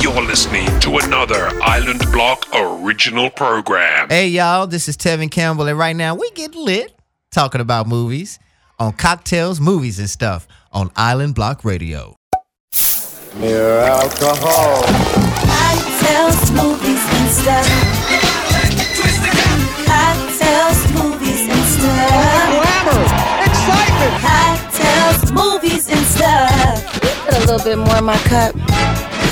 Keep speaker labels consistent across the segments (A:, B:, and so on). A: You're listening to another Island Block original program.
B: Hey y'all, this is Tevin Campbell, and right now we get lit talking about movies on cocktails, movies, and stuff on Island Block Radio.
C: Mere alcohol.
D: Cocktails, movies, and stuff. Cocktails, movies, and stuff.
E: excitement.
D: Cocktails, movies, and stuff. Put a little bit more in my cup.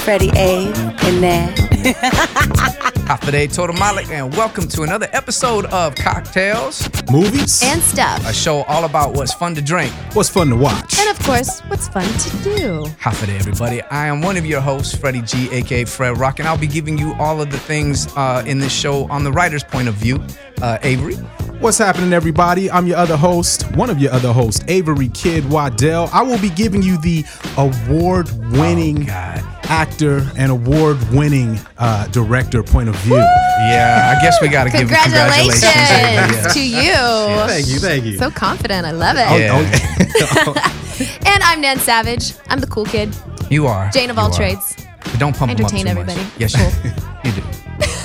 D: Freddie A. and that.
E: Today, Total Malik, and welcome to another episode of Cocktails,
F: movies,
G: and stuff.
E: a show all about what's fun to drink.
F: what's fun to watch.
G: And of course, what's fun to do.
E: Half day, everybody. I am one of your hosts, Freddie G, aka Fred Rock, and I'll be giving you all of the things uh, in this show on the writer's point of view. Uh, Avery,
F: What's happening, everybody? I'm your other host, one of your other hosts, Avery Kid Waddell. I will be giving you the award winning
E: God.
F: actor and award winning uh, director point of view.
E: yeah, I guess we gotta give
G: Congratulations, Oh,
E: congratulations. Avery, yeah.
G: to you.
F: Thank you, thank you.
G: So confident. I love it.
E: Yeah.
G: And I'm Nan Savage. I'm the cool kid,
E: You are
G: Jane of all
E: You are.
G: trades.
E: But don't pump 'em up
G: Entertain
E: too much.
G: everybody.
E: Yes, you, you do.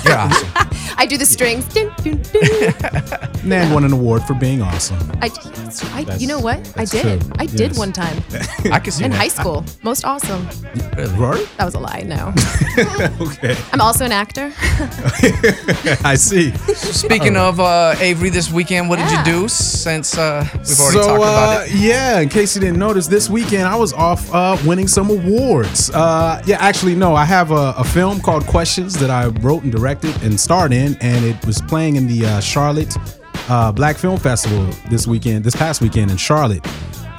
E: You're awesome.
G: I do the strings. Dun, dun, dun.
F: Nan won an award for being awesome.
G: I, I, you know what? I
F: that's
G: did.
F: true.
G: I did
F: Yes.
G: one time
E: I can see
G: in
E: that.
G: high school. Most awesome.
F: Right?
G: That was a lie. No.
F: Okay.
G: I'm also an actor.
F: I see.
E: Speaking of uh, Avery this weekend, what
G: Yeah.
E: did you do since uh, we've already talked
F: uh,
E: about it?
F: Yeah, in case you didn't notice, this weekend I was off uh, winning some awards. Uh, yeah, actually, no, I have a, a film called Questions that I wrote and directed and starred in, and it was playing in the uh, Charlotte uh, Black Film Festival this weekend, this past weekend in Charlotte.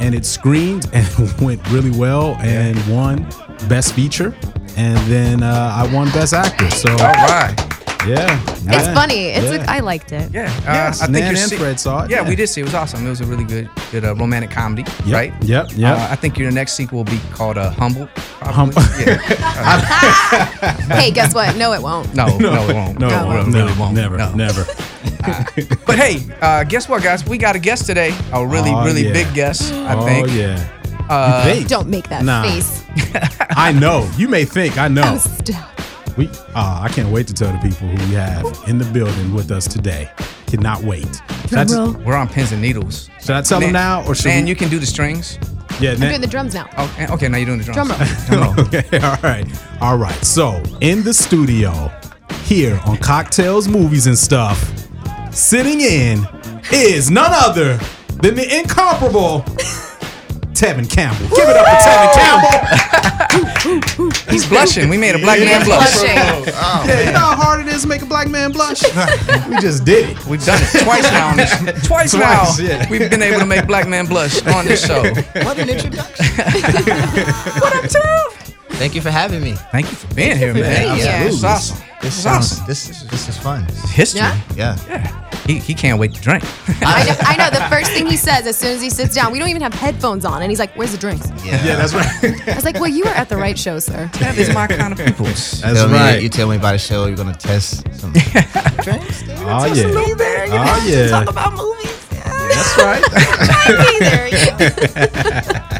F: And it screened and went really well and won Best Feature. And then uh, I won Best Actor. So,
E: All right.
F: yeah.
G: It's
F: yeah,
G: funny. It's
F: yeah.
G: a, I liked it.
E: Yeah, uh,
F: Yes,
E: I think
F: Nan
E: you're
F: and Fred saw it,
E: Yeah,
F: yeah.
E: we did see. It It was awesome. It was a really good, good uh, romantic comedy,
F: Yep,
E: right?
F: yep, yep.
E: Uh, I think your next sequel will be called uh, Humble.
F: Hum-
E: Probably. yeah.
G: Hey, guess what? No, it won't.
E: No, no, it won't.
F: No,
E: it
F: no,
E: really won't.
F: never,
E: No.
F: never.
E: But hey, uh, guess what, guys? We got a guest today. A really,
F: Oh,
E: really
F: yeah.
E: big guest, I
F: oh,
E: think.
F: yeah.
E: Uh,
F: You think?
G: Don't make that
F: Nah.
G: face.
F: I know. You may think I know.
G: Stop.
F: We, uh, I can't wait to tell the people who we have in the building with us today. Cannot wait. Should I,
G: roll.
E: We're on pins and needles.
F: should I tell them now, or should
E: man,
F: we-
E: you can do the strings.
F: Yeah,
G: I'm
F: Nan-
G: doing the drums now.
F: Oh.
E: Okay, okay now you're doing the drums.
G: Drum roll.
E: Drum roll.
F: okay, all right, all right. So in the studio, here on cocktails, movies, and stuff, sitting in is none other than the incomparable Tevin Campbell. Give it up for Tevin Campbell.
E: He's blushing. We made a black man blush.
F: Yeah, Oh, you know how hard it is to make a black man blush. we just did it.
E: We've done it twice now. On this, twice,
F: Twice,
E: now,
F: yeah.
E: we've been able to make black man blush on this show.
B: What an introduction! Thank you for having me.
E: Thank you for being here, man.
G: being here.
E: This is awesome. This
B: This
E: is
B: sounds
E: awesome.
B: this is this is fun.
E: History.
G: Yeah?
B: Yeah.
E: He, he can't wait to drink.
G: I know, I know. The first thing he says as soon as he sits down, we don't even have headphones on, and he's like, "Where's the drinks?"
B: Yeah.
F: Yeah, that's right.
G: I was like, "Well, you were at the right show, sir."
E: that is my kind of people.
F: That's
B: Tell me-
F: right.
B: you tell me about a show. You're gonna test some.
F: Oh yeah. Oh yeah. Talk about movies. That's right.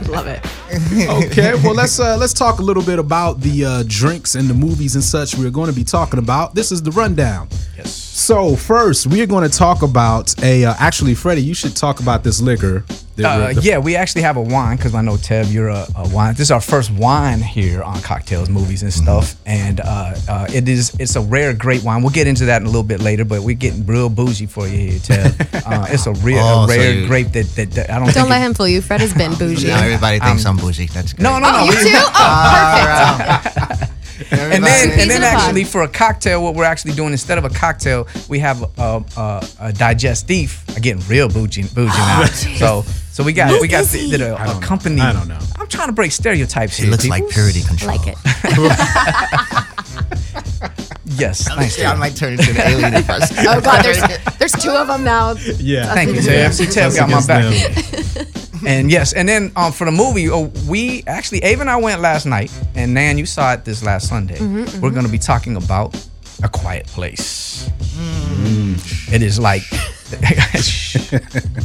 G: Love it.
F: okay, well let's uh, let's talk a little bit about the uh, drinks and the movies and such we're going to be talking about. This is the rundown. Yes. So first, we are going to talk about a. Uh, actually, Freddie, you should talk about this liquor. that
E: Uh,
F: we're- the-
E: yeah, we actually have a wine because I know Tev, you're a, a wine. This is our first wine here on cocktails, movies, and stuff.
B: Mm-hmm.
E: And uh, uh, it is it's a rare, great wine. We'll get into that in a little bit later, but we're getting real bougie for you here, Tev. Uh, it's a real,
B: Oh,
E: a
B: so
E: rare
B: you-
E: grape that, that, that I don't.
G: Don't
E: think
G: let
E: it-
G: him fool you. Fred has been bougie.
B: now everybody thinks I'm bougie. That's good.
E: No, no, no.
G: Oh, you
E: we-
G: too? Oh, perfect.
E: and then,
G: Everybody.
E: and then
G: Peas in a pod.
E: actually for a cocktail, what we're actually doing instead of a cocktail, we have a, a, a digestif. I'm getting real bougie, bougie
F: Ah,
E: now. So, so we got we got the, the,
F: I don't know.
E: company.
F: I don't know.
E: I'm trying to break stereotypes here.
B: It looks
E: people.
B: like purity control.
G: Like it.
E: Yes, thanks.
B: Yeah, I'm
E: Tev.
B: like turning to an alien if I see
G: Oh
B: it.
G: god, there's there's two of them now.
F: yeah.
E: Thank you, Tev. See, Tev got my back. And yes, and then um, for the movie, oh, we actually Ava and I went last night, and Nan, you saw it this last Sunday.
G: Mm-hmm,
E: We're gonna be talking about a quiet place.
G: Mm.
E: It is like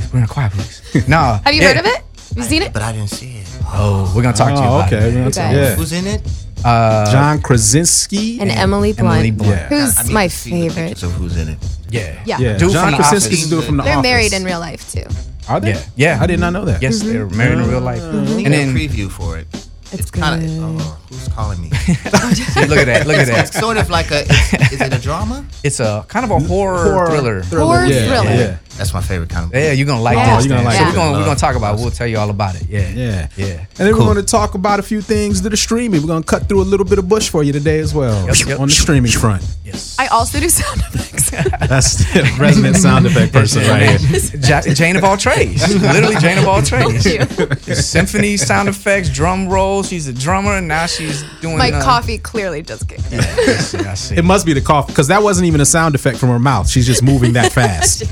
E: we're in a quiet place. No,
G: Have you
E: yeah.
G: heard of it? Have you seen it?
B: But I didn't see it.
E: Oh, we're gonna talk to you
F: Oh,
E: about
F: okay.
E: it.
F: That's-
G: Okay.
F: Yeah.
B: Who's in it?
E: Uh,
F: John Krasinski.
G: and Emily Blunt,
E: Emily Blunt. Yeah.
G: who's
B: I need
G: my
B: to see the
G: favorite.
B: pictures of who's in it.
E: yeah.
G: Yeah.
F: yeah,
E: Dude from
F: John
E: The
F: Krasinski
E: Office.
F: is dude from the
G: They're
F: office.
G: married in real life too.
F: Are they?
E: Yeah. Yeah.
F: I did not know that.
E: Yes,
G: Mm-hmm.
E: they're married in real life.
B: We need
E: And
B: a
E: then
B: preview for it. It's kind
G: good.
B: of. Oh, who's calling me?
E: look at that. Look at
B: it's
E: that.
B: sort of like a. It's, is it a drama?
E: It's a kind of a horror, thriller.
G: Horror
F: yeah,
G: thriller.
F: Yeah.
B: That's my favorite kind of.
E: Yeah, you're gonna like
G: Yeah.
E: this.
F: Oh, you're gonna
E: man.
F: like
E: so
F: it.
E: We're gonna we're gonna
B: Love.
E: talk about. It. We'll tell you all about it. Yeah.
F: Yeah.
E: Yeah.
F: And then
B: Cool.
F: we're going to talk about a few things that are streaming. We're going to cut through a little bit of bush for you today as well
E: Yep, yep.
F: on the streaming front.
E: Yes.
G: I also do sound effects.
F: That's the resonant sound effect person right here.
E: Ja- Jane of all trades. Literally Jane of all trades. Symphony sound effects, drum rolls. She's a drummer, and now she's doing
G: My
E: uh,
G: coffee clearly just kicked. in.
E: I see, I see.
F: It must be the cough because that wasn't even a sound effect from her mouth. She's just moving that fast.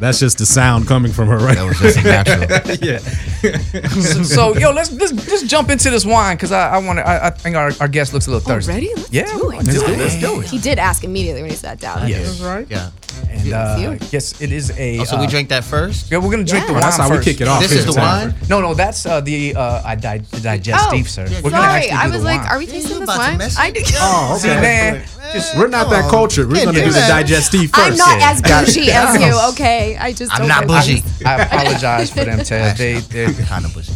F: That's just the sound coming from her right
B: That was just natural.
F: Yeah.
E: So, so, yo, let's let's just jump into this wine because I, I want to. I, I think our, our guest looks a little thirsty.
G: Already? Let's
E: Yeah,
G: do it.
E: let's do it. Let's do it.
G: He did ask immediately when he sat down.
E: Yes.
F: Right.
B: Yeah.
E: And uh,
G: It's
E: yes, it is a.
B: Oh, so we
E: uh,
B: drink that first.
E: Yeah, we're gonna drink the
G: Yeah. Oh,
E: wine
F: that's how we
E: first.
F: kick it off.
B: This is
F: here
B: the
F: today.
B: wine.
E: No, no, that's uh, the uh, I di- the digestive, sir. We're gonna
G: Oh, Sorry,
E: actually do
G: I
E: the
G: was like,
E: wine.
G: are we
B: Yeah,
G: tasting
B: you
G: this
B: about to
G: wine?
B: mess
G: I
B: it
G: did.
F: Oh,
E: See,
F: okay.
E: man, just
F: We're not that
B: on.
F: cultured. We're
B: Can't
F: going to
B: do
F: do the
B: that.
F: digestive first.
G: I'm not
E: yeah.
G: as bougie as you, okay? I just
B: I'm
G: don't
B: not
G: know.
B: bougie.
E: I apologize for them, Taz. They, they,
B: kind of bougie.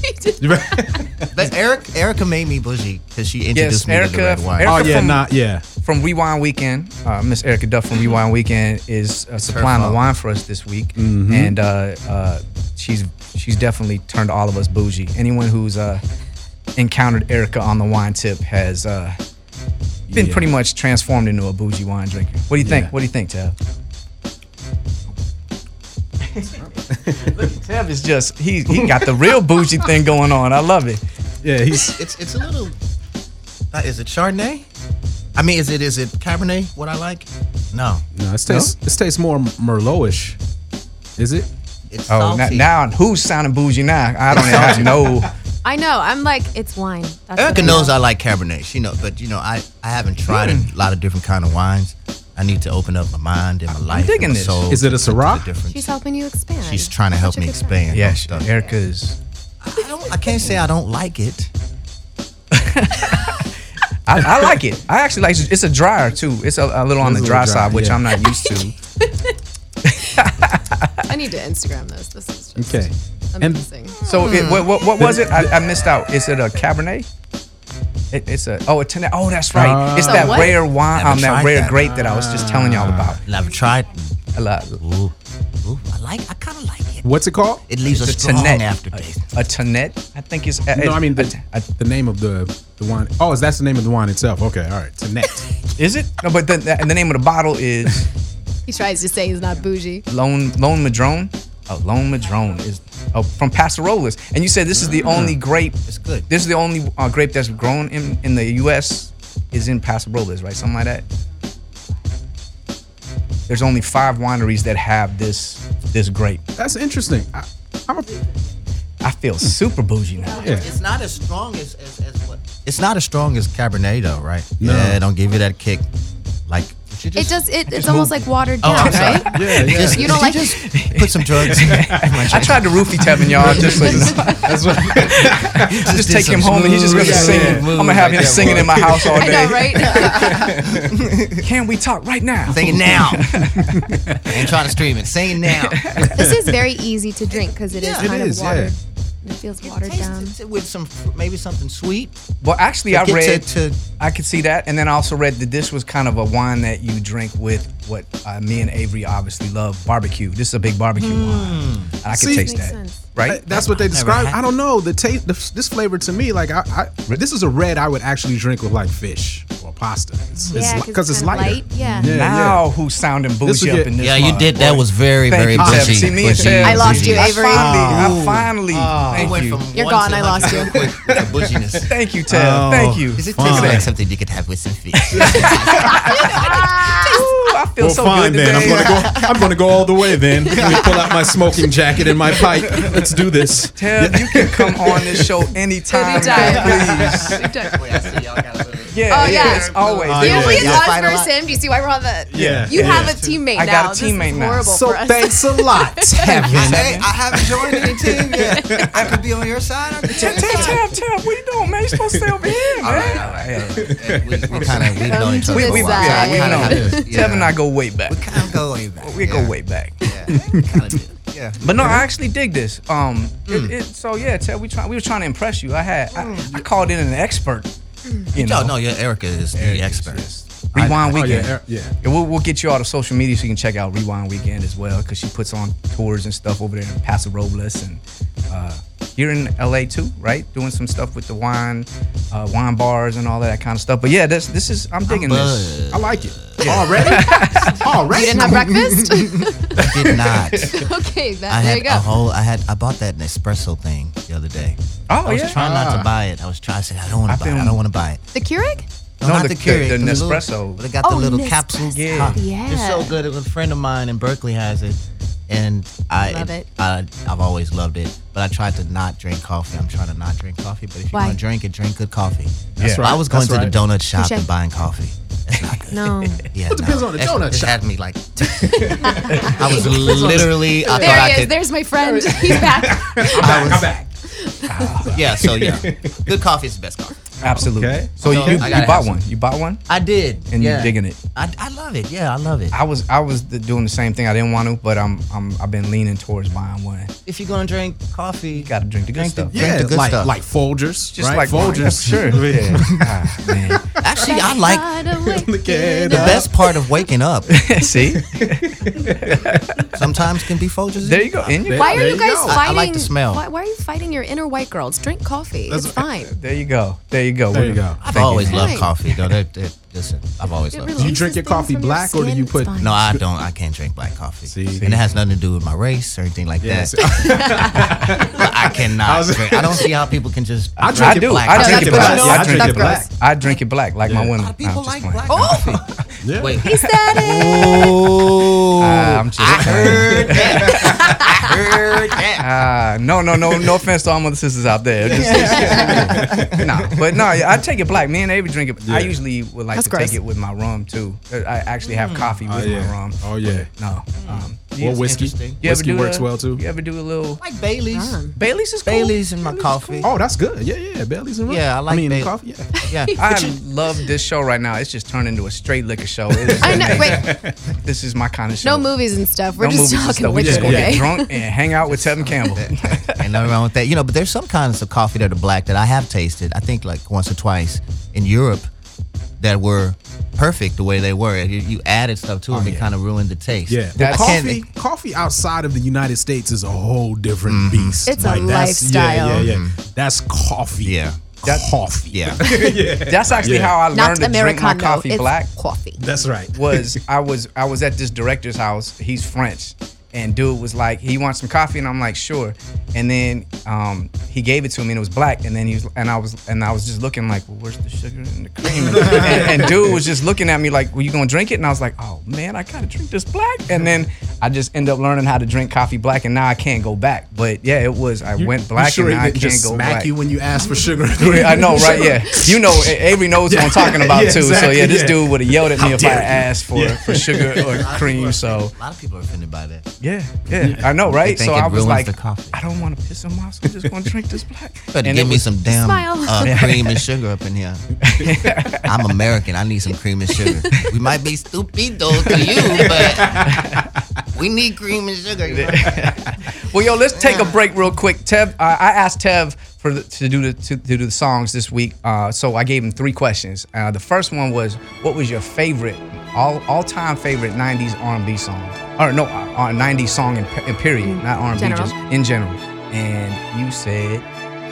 B: But Eric, Erica made me bougie because she introduced
E: yes,
B: me to the
E: Erica,
B: red wine.
F: oh,
E: Erica
F: yeah,
E: from-
F: not, yeah.
E: from Rewind Weekend, uh, Miss Erica Duff from Rewind Weekend is uh, supplying the
B: fault.
E: wine for us this week,
F: Mm-hmm.
E: and uh, uh, she's she's definitely turned all of us bougie. Anyone who's uh, encountered Erica on the wine tip has uh, been
F: Yeah.
E: pretty much transformed into a bougie wine drinker. What do you think?
F: Yeah.
E: What do you think, Tab? Tab is just he he got the real bougie thing going on. I love it.
F: Yeah, he's.
B: It's it's a little. Uh, is it Chardonnay? I mean, is it is it Cabernet? What I like? No,
F: No, it tastes, it tastes more Merlotish. Is it?
B: it's
E: Oh, now,
B: salty.
E: now who's sounding bougie now? I don't have no.
G: I know. I'm like, it's wine. That's
B: Erica
G: what
B: knows
G: know.
B: I like Cabernet. She knows, but you know, I I haven't tried a lot of different kind of wines. I need to open up my mind and my life. and
E: digging
B: my
E: this.
B: soul
F: Is it a
B: to- to the
F: Syrah?
B: difference.
G: She's helping you expand.
B: She's trying to help me expand.
E: Yeah,
B: on
E: she-
B: stuff.
E: Erica's.
B: I, don't, I can't say I don't like it.
E: I, I like it. I actually like it. It's a dryer too. It's a, a little on
F: It's
E: the
F: a
E: dry,
F: little dry,
E: side, which
F: yeah.
E: I'm not used to.
G: I need to Instagram this. This is just
F: Okay. And
G: amazing.
E: So
G: Hmm.
E: it, what, what, what was it? I, I missed out. Is it a Cabernet? It, it's a oh a ten, oh that's right. it's
G: Ah.
E: that
G: So what?
E: rare wine
B: Never
E: um, that
B: tried
E: rare
B: that.
E: grape that I was just telling y'all about.
B: And I've tried.
E: I love-
B: Ooh, ooh, I like. I kind of like it.
F: what's it called?
B: It leaves a
E: It's a
B: strong
E: Tanette.
B: aftertaste.
E: A Tanette, I think it's.
F: No, I mean
E: a,
F: the,
E: a-
F: the name of the the wine. Oh, is that's the name of the wine itself? Okay, all right. Tanette.
E: is it? No, but the, the, the name of the bottle is
G: He tries to say he's not bougie.
E: Lone Lone Madrone. Oh, Lone Madrone is oh, from Pasarolas. And you said this is the only grape.
B: It's good.
E: This is the only uh, grape that's grown in, in the U.S. is in Pasarolas, right? Something like that. There's only five wineries that have this this grape.
F: That's interesting. I, I'm a,
E: I feel super bougie now.
F: yeah.
B: It's not as strong as, as, as what. It's not as strong as Cabernet, though, right?
F: No.
B: Yeah, it don't give you that kick. Like did you
G: It
B: just.
G: just it, it's almost like watered
B: Oh,
G: down,
B: I'm sorry.
G: right?
F: Yeah,
B: You
F: yeah.
B: just-
G: You don't
B: did
G: like-
B: you just put some drugs. in my
E: I
B: drink?
E: tried to roofie tapping y'all just so you know.
F: That's what.
E: just,
B: did
E: take
B: some
E: him home and he's just gonna
B: smooth,
E: sing.
B: yeah,
E: I'm gonna have
B: like
E: him
B: that
E: singing
B: boy.
E: in my house all
G: I
E: day.
G: know, right?
E: Can we talk right now?
B: Sing it now. I ain't trying to stream it. Sing it now.
G: this is very easy to drink because it is
B: Yeah. It
G: kind
F: is,
G: of
F: yeah.
G: watered. It feels watered
B: Taste
G: down.
B: it with some maybe something sweet.
E: Well, actually,
B: To
E: I
B: get
E: read.
B: to- to-
E: I could see that, and then I also read that this was kind of a wine that you drink with what uh, me and Avery obviously love barbecue. This is a big barbecue wine, and I can
F: See-
E: taste
G: Makes
E: that.
G: sense.
E: Right?
F: That's what they describe.
B: had
F: I don't know the taste. The, this flavor to me, like I, I, this is a red I would actually drink with like fish or pasta. It's,
G: Yeah,
F: it's, li- cause it's
G: kinda
F: lighter.
G: light. Yeah.
F: Yeah,
E: now who's sounding bougie
F: will
E: up
F: get-
E: in this?
B: Yeah, you
E: mug,
B: did. That
E: boy.
B: was very,
E: Thank
B: very
E: you, Tevin.
B: bougie.
E: See, me and
B: Bougie,
E: Tev-
G: I lost you,
B: bougie.
E: I
G: Avery.
E: finally, I finally.
B: Oh. I
E: thank
B: Ah, went
E: you.
B: from
G: You're
B: one
G: gone,
B: to
G: I lost
B: 100
G: you.
B: real quick with the bouginess.
E: Thank you, Tab.
F: Oh.
E: Thank you.
B: Does it
F: Fine.
B: taste like something you could have with some fish?
E: Ooh, I feel
F: Well,
E: so
F: fine
E: good
F: then. I'm
E: today.
F: gonna go. I'm gonna go all the way then. Let me pull out my smoking jacket and my pipe. Let's do this.
E: Tab, you can come on this show anytime, man,
G: Anytime.
E: please.
B: Wait, I see y'all got a little-
E: Yeah,
G: Oh, yeah.
E: it's always.
B: Oh,
E: there.
B: yeah.
G: Usually it's
B: Y'all
G: us
B: fight a
G: versus
B: lot?
G: him. Do you see why we're on the?
F: Yeah.
G: You
F: Yeah.
G: have a teammate
E: I
G: now.
E: got a
G: this
E: teammate
G: is
E: now.
G: horrible
F: So
G: for us.
F: thanks a lot, Tevin.
B: Hey, I haven't joined any team yet. I could be on your side. I could
E: Tap, tap, tap, tap. What you doing, man? You supposed to stay over here, man.
B: All right, all right. Hey, we, we kind of we've known each other
E: We,
B: for
E: we,
B: a
E: yeah,
B: while.
G: side.
B: I
E: we
B: kinda
E: know.
B: have to- yeah.
E: Tevin and I go way back.
B: We kind of go way back.
E: We
B: yeah.
E: go way back.
B: Kinda do. Yeah.
E: But no, I actually dig this. Um,
B: Mm.
E: it, it, so yeah, Ted, we try, we were trying to impress you. I had I, I called in an expert. You know,
B: No, no, yeah, Erica is the expert.
E: Rewind
F: Oh,
E: Weekend.
B: er,
F: yeah, yeah.
E: And we'll, we'll get you all the social media so you can check out Rewind Weekend as well, because she puts on tours and stuff over there in Paso Robles, and uh, you're in LA too, right? Doing some stuff with the wine, uh, wine bars, and all that kind of stuff. But yeah, this this is I'm digging this.
B: Buzz
F: I like it. Already? Already?
G: You didn't have breakfast.
B: did not.
G: okay, that,
B: I
G: there
B: had
G: you go.
B: a whole. I had. I bought that Nespresso thing the other day.
E: Oh
B: I was
E: yeah.
B: trying not to buy it. I was trying. I said Ah. I don't want
E: I've
B: to buy it. I
E: been-
B: don't want to buy it.
G: the Keurig.
B: No,
E: No,
B: not
E: the-
B: the,
E: the-
B: Keurig.
E: the
B: little-
E: Nespresso.
B: They got the
G: Oh,
B: little
G: Nespresso.
B: capsules.
E: Yeah.
B: It's so
G: Yeah.
B: good. A friend of mine in Berkeley has it, and I
G: Love it.
B: I I've always loved it. But I tried to not drink coffee. I'm trying to not drink coffee. But if you're
G: Why?
B: gonna drink it, drink good coffee.
F: That's
B: I was going
F: That's
B: to the donut shop
G: Touche.
B: and buying coffee. That's not good.
G: No.
B: Yeah,
F: Well, it depends on the donut
B: It
F: shop.
B: had me like. I was literally. I thought
G: There
B: I
G: he is.
B: could.
G: There's my friend. He's back.
B: I was-
F: Come back.
B: Yeah. So yeah, good coffee is the best coffee.
E: Absolutely.
F: Okay.
B: So,
E: So you, you
B: I gotta
E: bought
B: have
E: one. You bought one,
B: I did.
E: and
B: yeah.
E: you're digging it.
B: I, I love it. Yeah, I love it.
E: I was I was th- doing the same thing. I didn't want to, but I'm I'm I've been leaning towards buying one.
B: If you're gonna drink coffee,
E: You got to drink the good
B: Drink the-
E: stuff.
B: Drink
F: Yeah,
B: the good
F: like
B: stuff.
F: like Folgers,
E: Just
F: right?
E: like
F: Folgers,
E: Sure. Yeah. Ah, man.
B: actually, I like
F: Look at
B: the
F: that.
B: best part of waking up.
E: See,
B: Sometimes can be Folgers.
E: there you go. In your
G: Why are
F: There
G: you
F: you
G: guys
F: go.
B: I- I
G: fighting?
B: like the smell.
G: Why, why are you fighting your inner white girls? Drink coffee.
F: That's-
G: it's fine.
E: There you go. There you go.
F: There you
E: We're-
F: go.
B: I've
E: Thank you.
B: always
G: Right.
B: loved coffee though. That that- listen, I've always
G: It
B: loved.
F: Do
B: Coffee.
F: you
G: releases
F: drink your
G: things
F: coffee
G: from your
F: black, or do
G: skin,
F: you
G: it's
F: put-
G: fine.
B: No, I don't. I can't drink black coffee,
F: See?
B: and it has nothing to do with my race or anything like
F: Yeah,
B: that. I cannot. I,
F: I was-
B: drink. I don't see how people can just.
F: I
E: I
F: drink it
E: do.
F: black.
E: I
G: No,
E: drink
G: that's
E: it
G: what
E: black.
G: you know.
E: I
G: That's
E: drink it black.
G: gross.
E: I drink it black like my
B: A
E: women.
B: lot of
E: No, I'm
B: people
E: just
B: like
E: playing.
B: black
G: Oh!
B: coffee.
F: Yeah.
B: Wait.
G: He said it.
B: Oh,
E: Ah, I'm just
B: I
E: playing.
B: heard that. I heard that.
E: Ah, no, no, no, no offense to all mother sisters out there. Just- nah, but no, I take it black. Me and Avery drink it. I
F: Yeah.
E: usually would like
G: That's
E: to
G: gross.
E: take it with my rum too. I I actually have coffee with my
F: Oh yeah.
E: rum.
F: Oh yeah.
E: No. Um, you
F: Or
E: just-
F: whiskey.
B: interesting.
E: you ever
F: Whiskey
E: do
F: works
E: the-
F: well too.
E: You ever do a little
B: I like Bailey's.
G: Yum.
E: Bailey's? Is cool.
B: Bailey's in my
E: Bailey's is
B: coffee.
F: Oh, that's good. Yeah, yeah. Bailey's and rum.
B: Yeah, I like
F: I mean,
B: Bailey.
F: coffee. Yeah.
B: Yeah.
E: I love this show right now. It's just turned into a straight liquor show. It is
G: I know.
E: amazing.
G: Wait,
E: This is my kind of show.
G: no movies and stuff. We're
E: No
G: just
E: movies and
G: talking
E: stuff. We
G: liquor
E: just gonna
G: today.
E: get drunk and hang out with Tevin Campbell.
B: Ain't nothing wrong with that. You know, but there's some kinds of coffee that are black that I have tasted. I think like once or twice in Europe that were perfect the way they were. You, you added stuff to it and it kind of ruined the taste.
F: Yeah,
E: That's-
F: well,
B: I can't-
F: coffee. Coffee outside of the United States is a whole different
E: Mm-hmm.
F: beast.
G: It's a
F: that's- Yeah, yeah,
G: lifestyle.
F: yeah. That's coffee.
B: Yeah.
F: that's coffee.
B: Yeah.
E: That's actually
F: Yeah.
E: how I
G: Not
E: learned to drink my
G: Americano.
E: coffee
G: it's
E: black.
G: coffee.
F: that's right.
E: Was I was I was at this director's house. He's French, and dude was like, he wants some coffee, and I'm like, sure. And then um, he gave it to me, and it was black. And then he was, and I was, and I was just looking like, well, where's the sugar and the cream? and, and dude was just looking at me like, well, you gonna drink it? And I was like, oh man, I gotta drink this black. And then I just end up learning how to drink coffee black, and now I can't go back. But yeah, it was. I
F: You-
E: went
F: you
E: black,
F: sure
E: and
F: he
E: now I
F: didn't
E: can't
F: just
E: go
F: smack
E: back.
F: you when you ask for sugar.
E: Yeah, I know, right? Yeah, you know, A- Avery knows what I'm talking about
F: Yeah,
E: too. so yeah,
F: exactly,
E: this
F: yeah.
E: dude would have yelled at me
F: How
E: if I
F: dare you.
E: asked for
F: Yeah.
E: for sugar or cream. So
B: A lot of people are offended by that.
E: yeah, yeah, I know, right?
B: think
E: So
B: it
E: I was
B: ruins
E: like,
B: the coffee.
E: I don't want to piss him off. So I'm just gonna drink this black.
B: Better
E: And
B: give
E: it
B: me
E: was-
B: some damn
G: Smile.
B: uh, cream and sugar up in here. I'm American. I need some cream and sugar. We might be stupido to you, but we need cream and sugar. you know?
E: Well, yo, let's take a break real quick. Tev, uh, I asked Tev for the, to do the to, to do the songs this week. Uh, so I gave him three questions. Uh, the first one was, what was your favorite all all time favorite '90s R&B song? Or no, uh, '90s song in, pe- in period, not R&B,
G: General.
E: just in general. And you said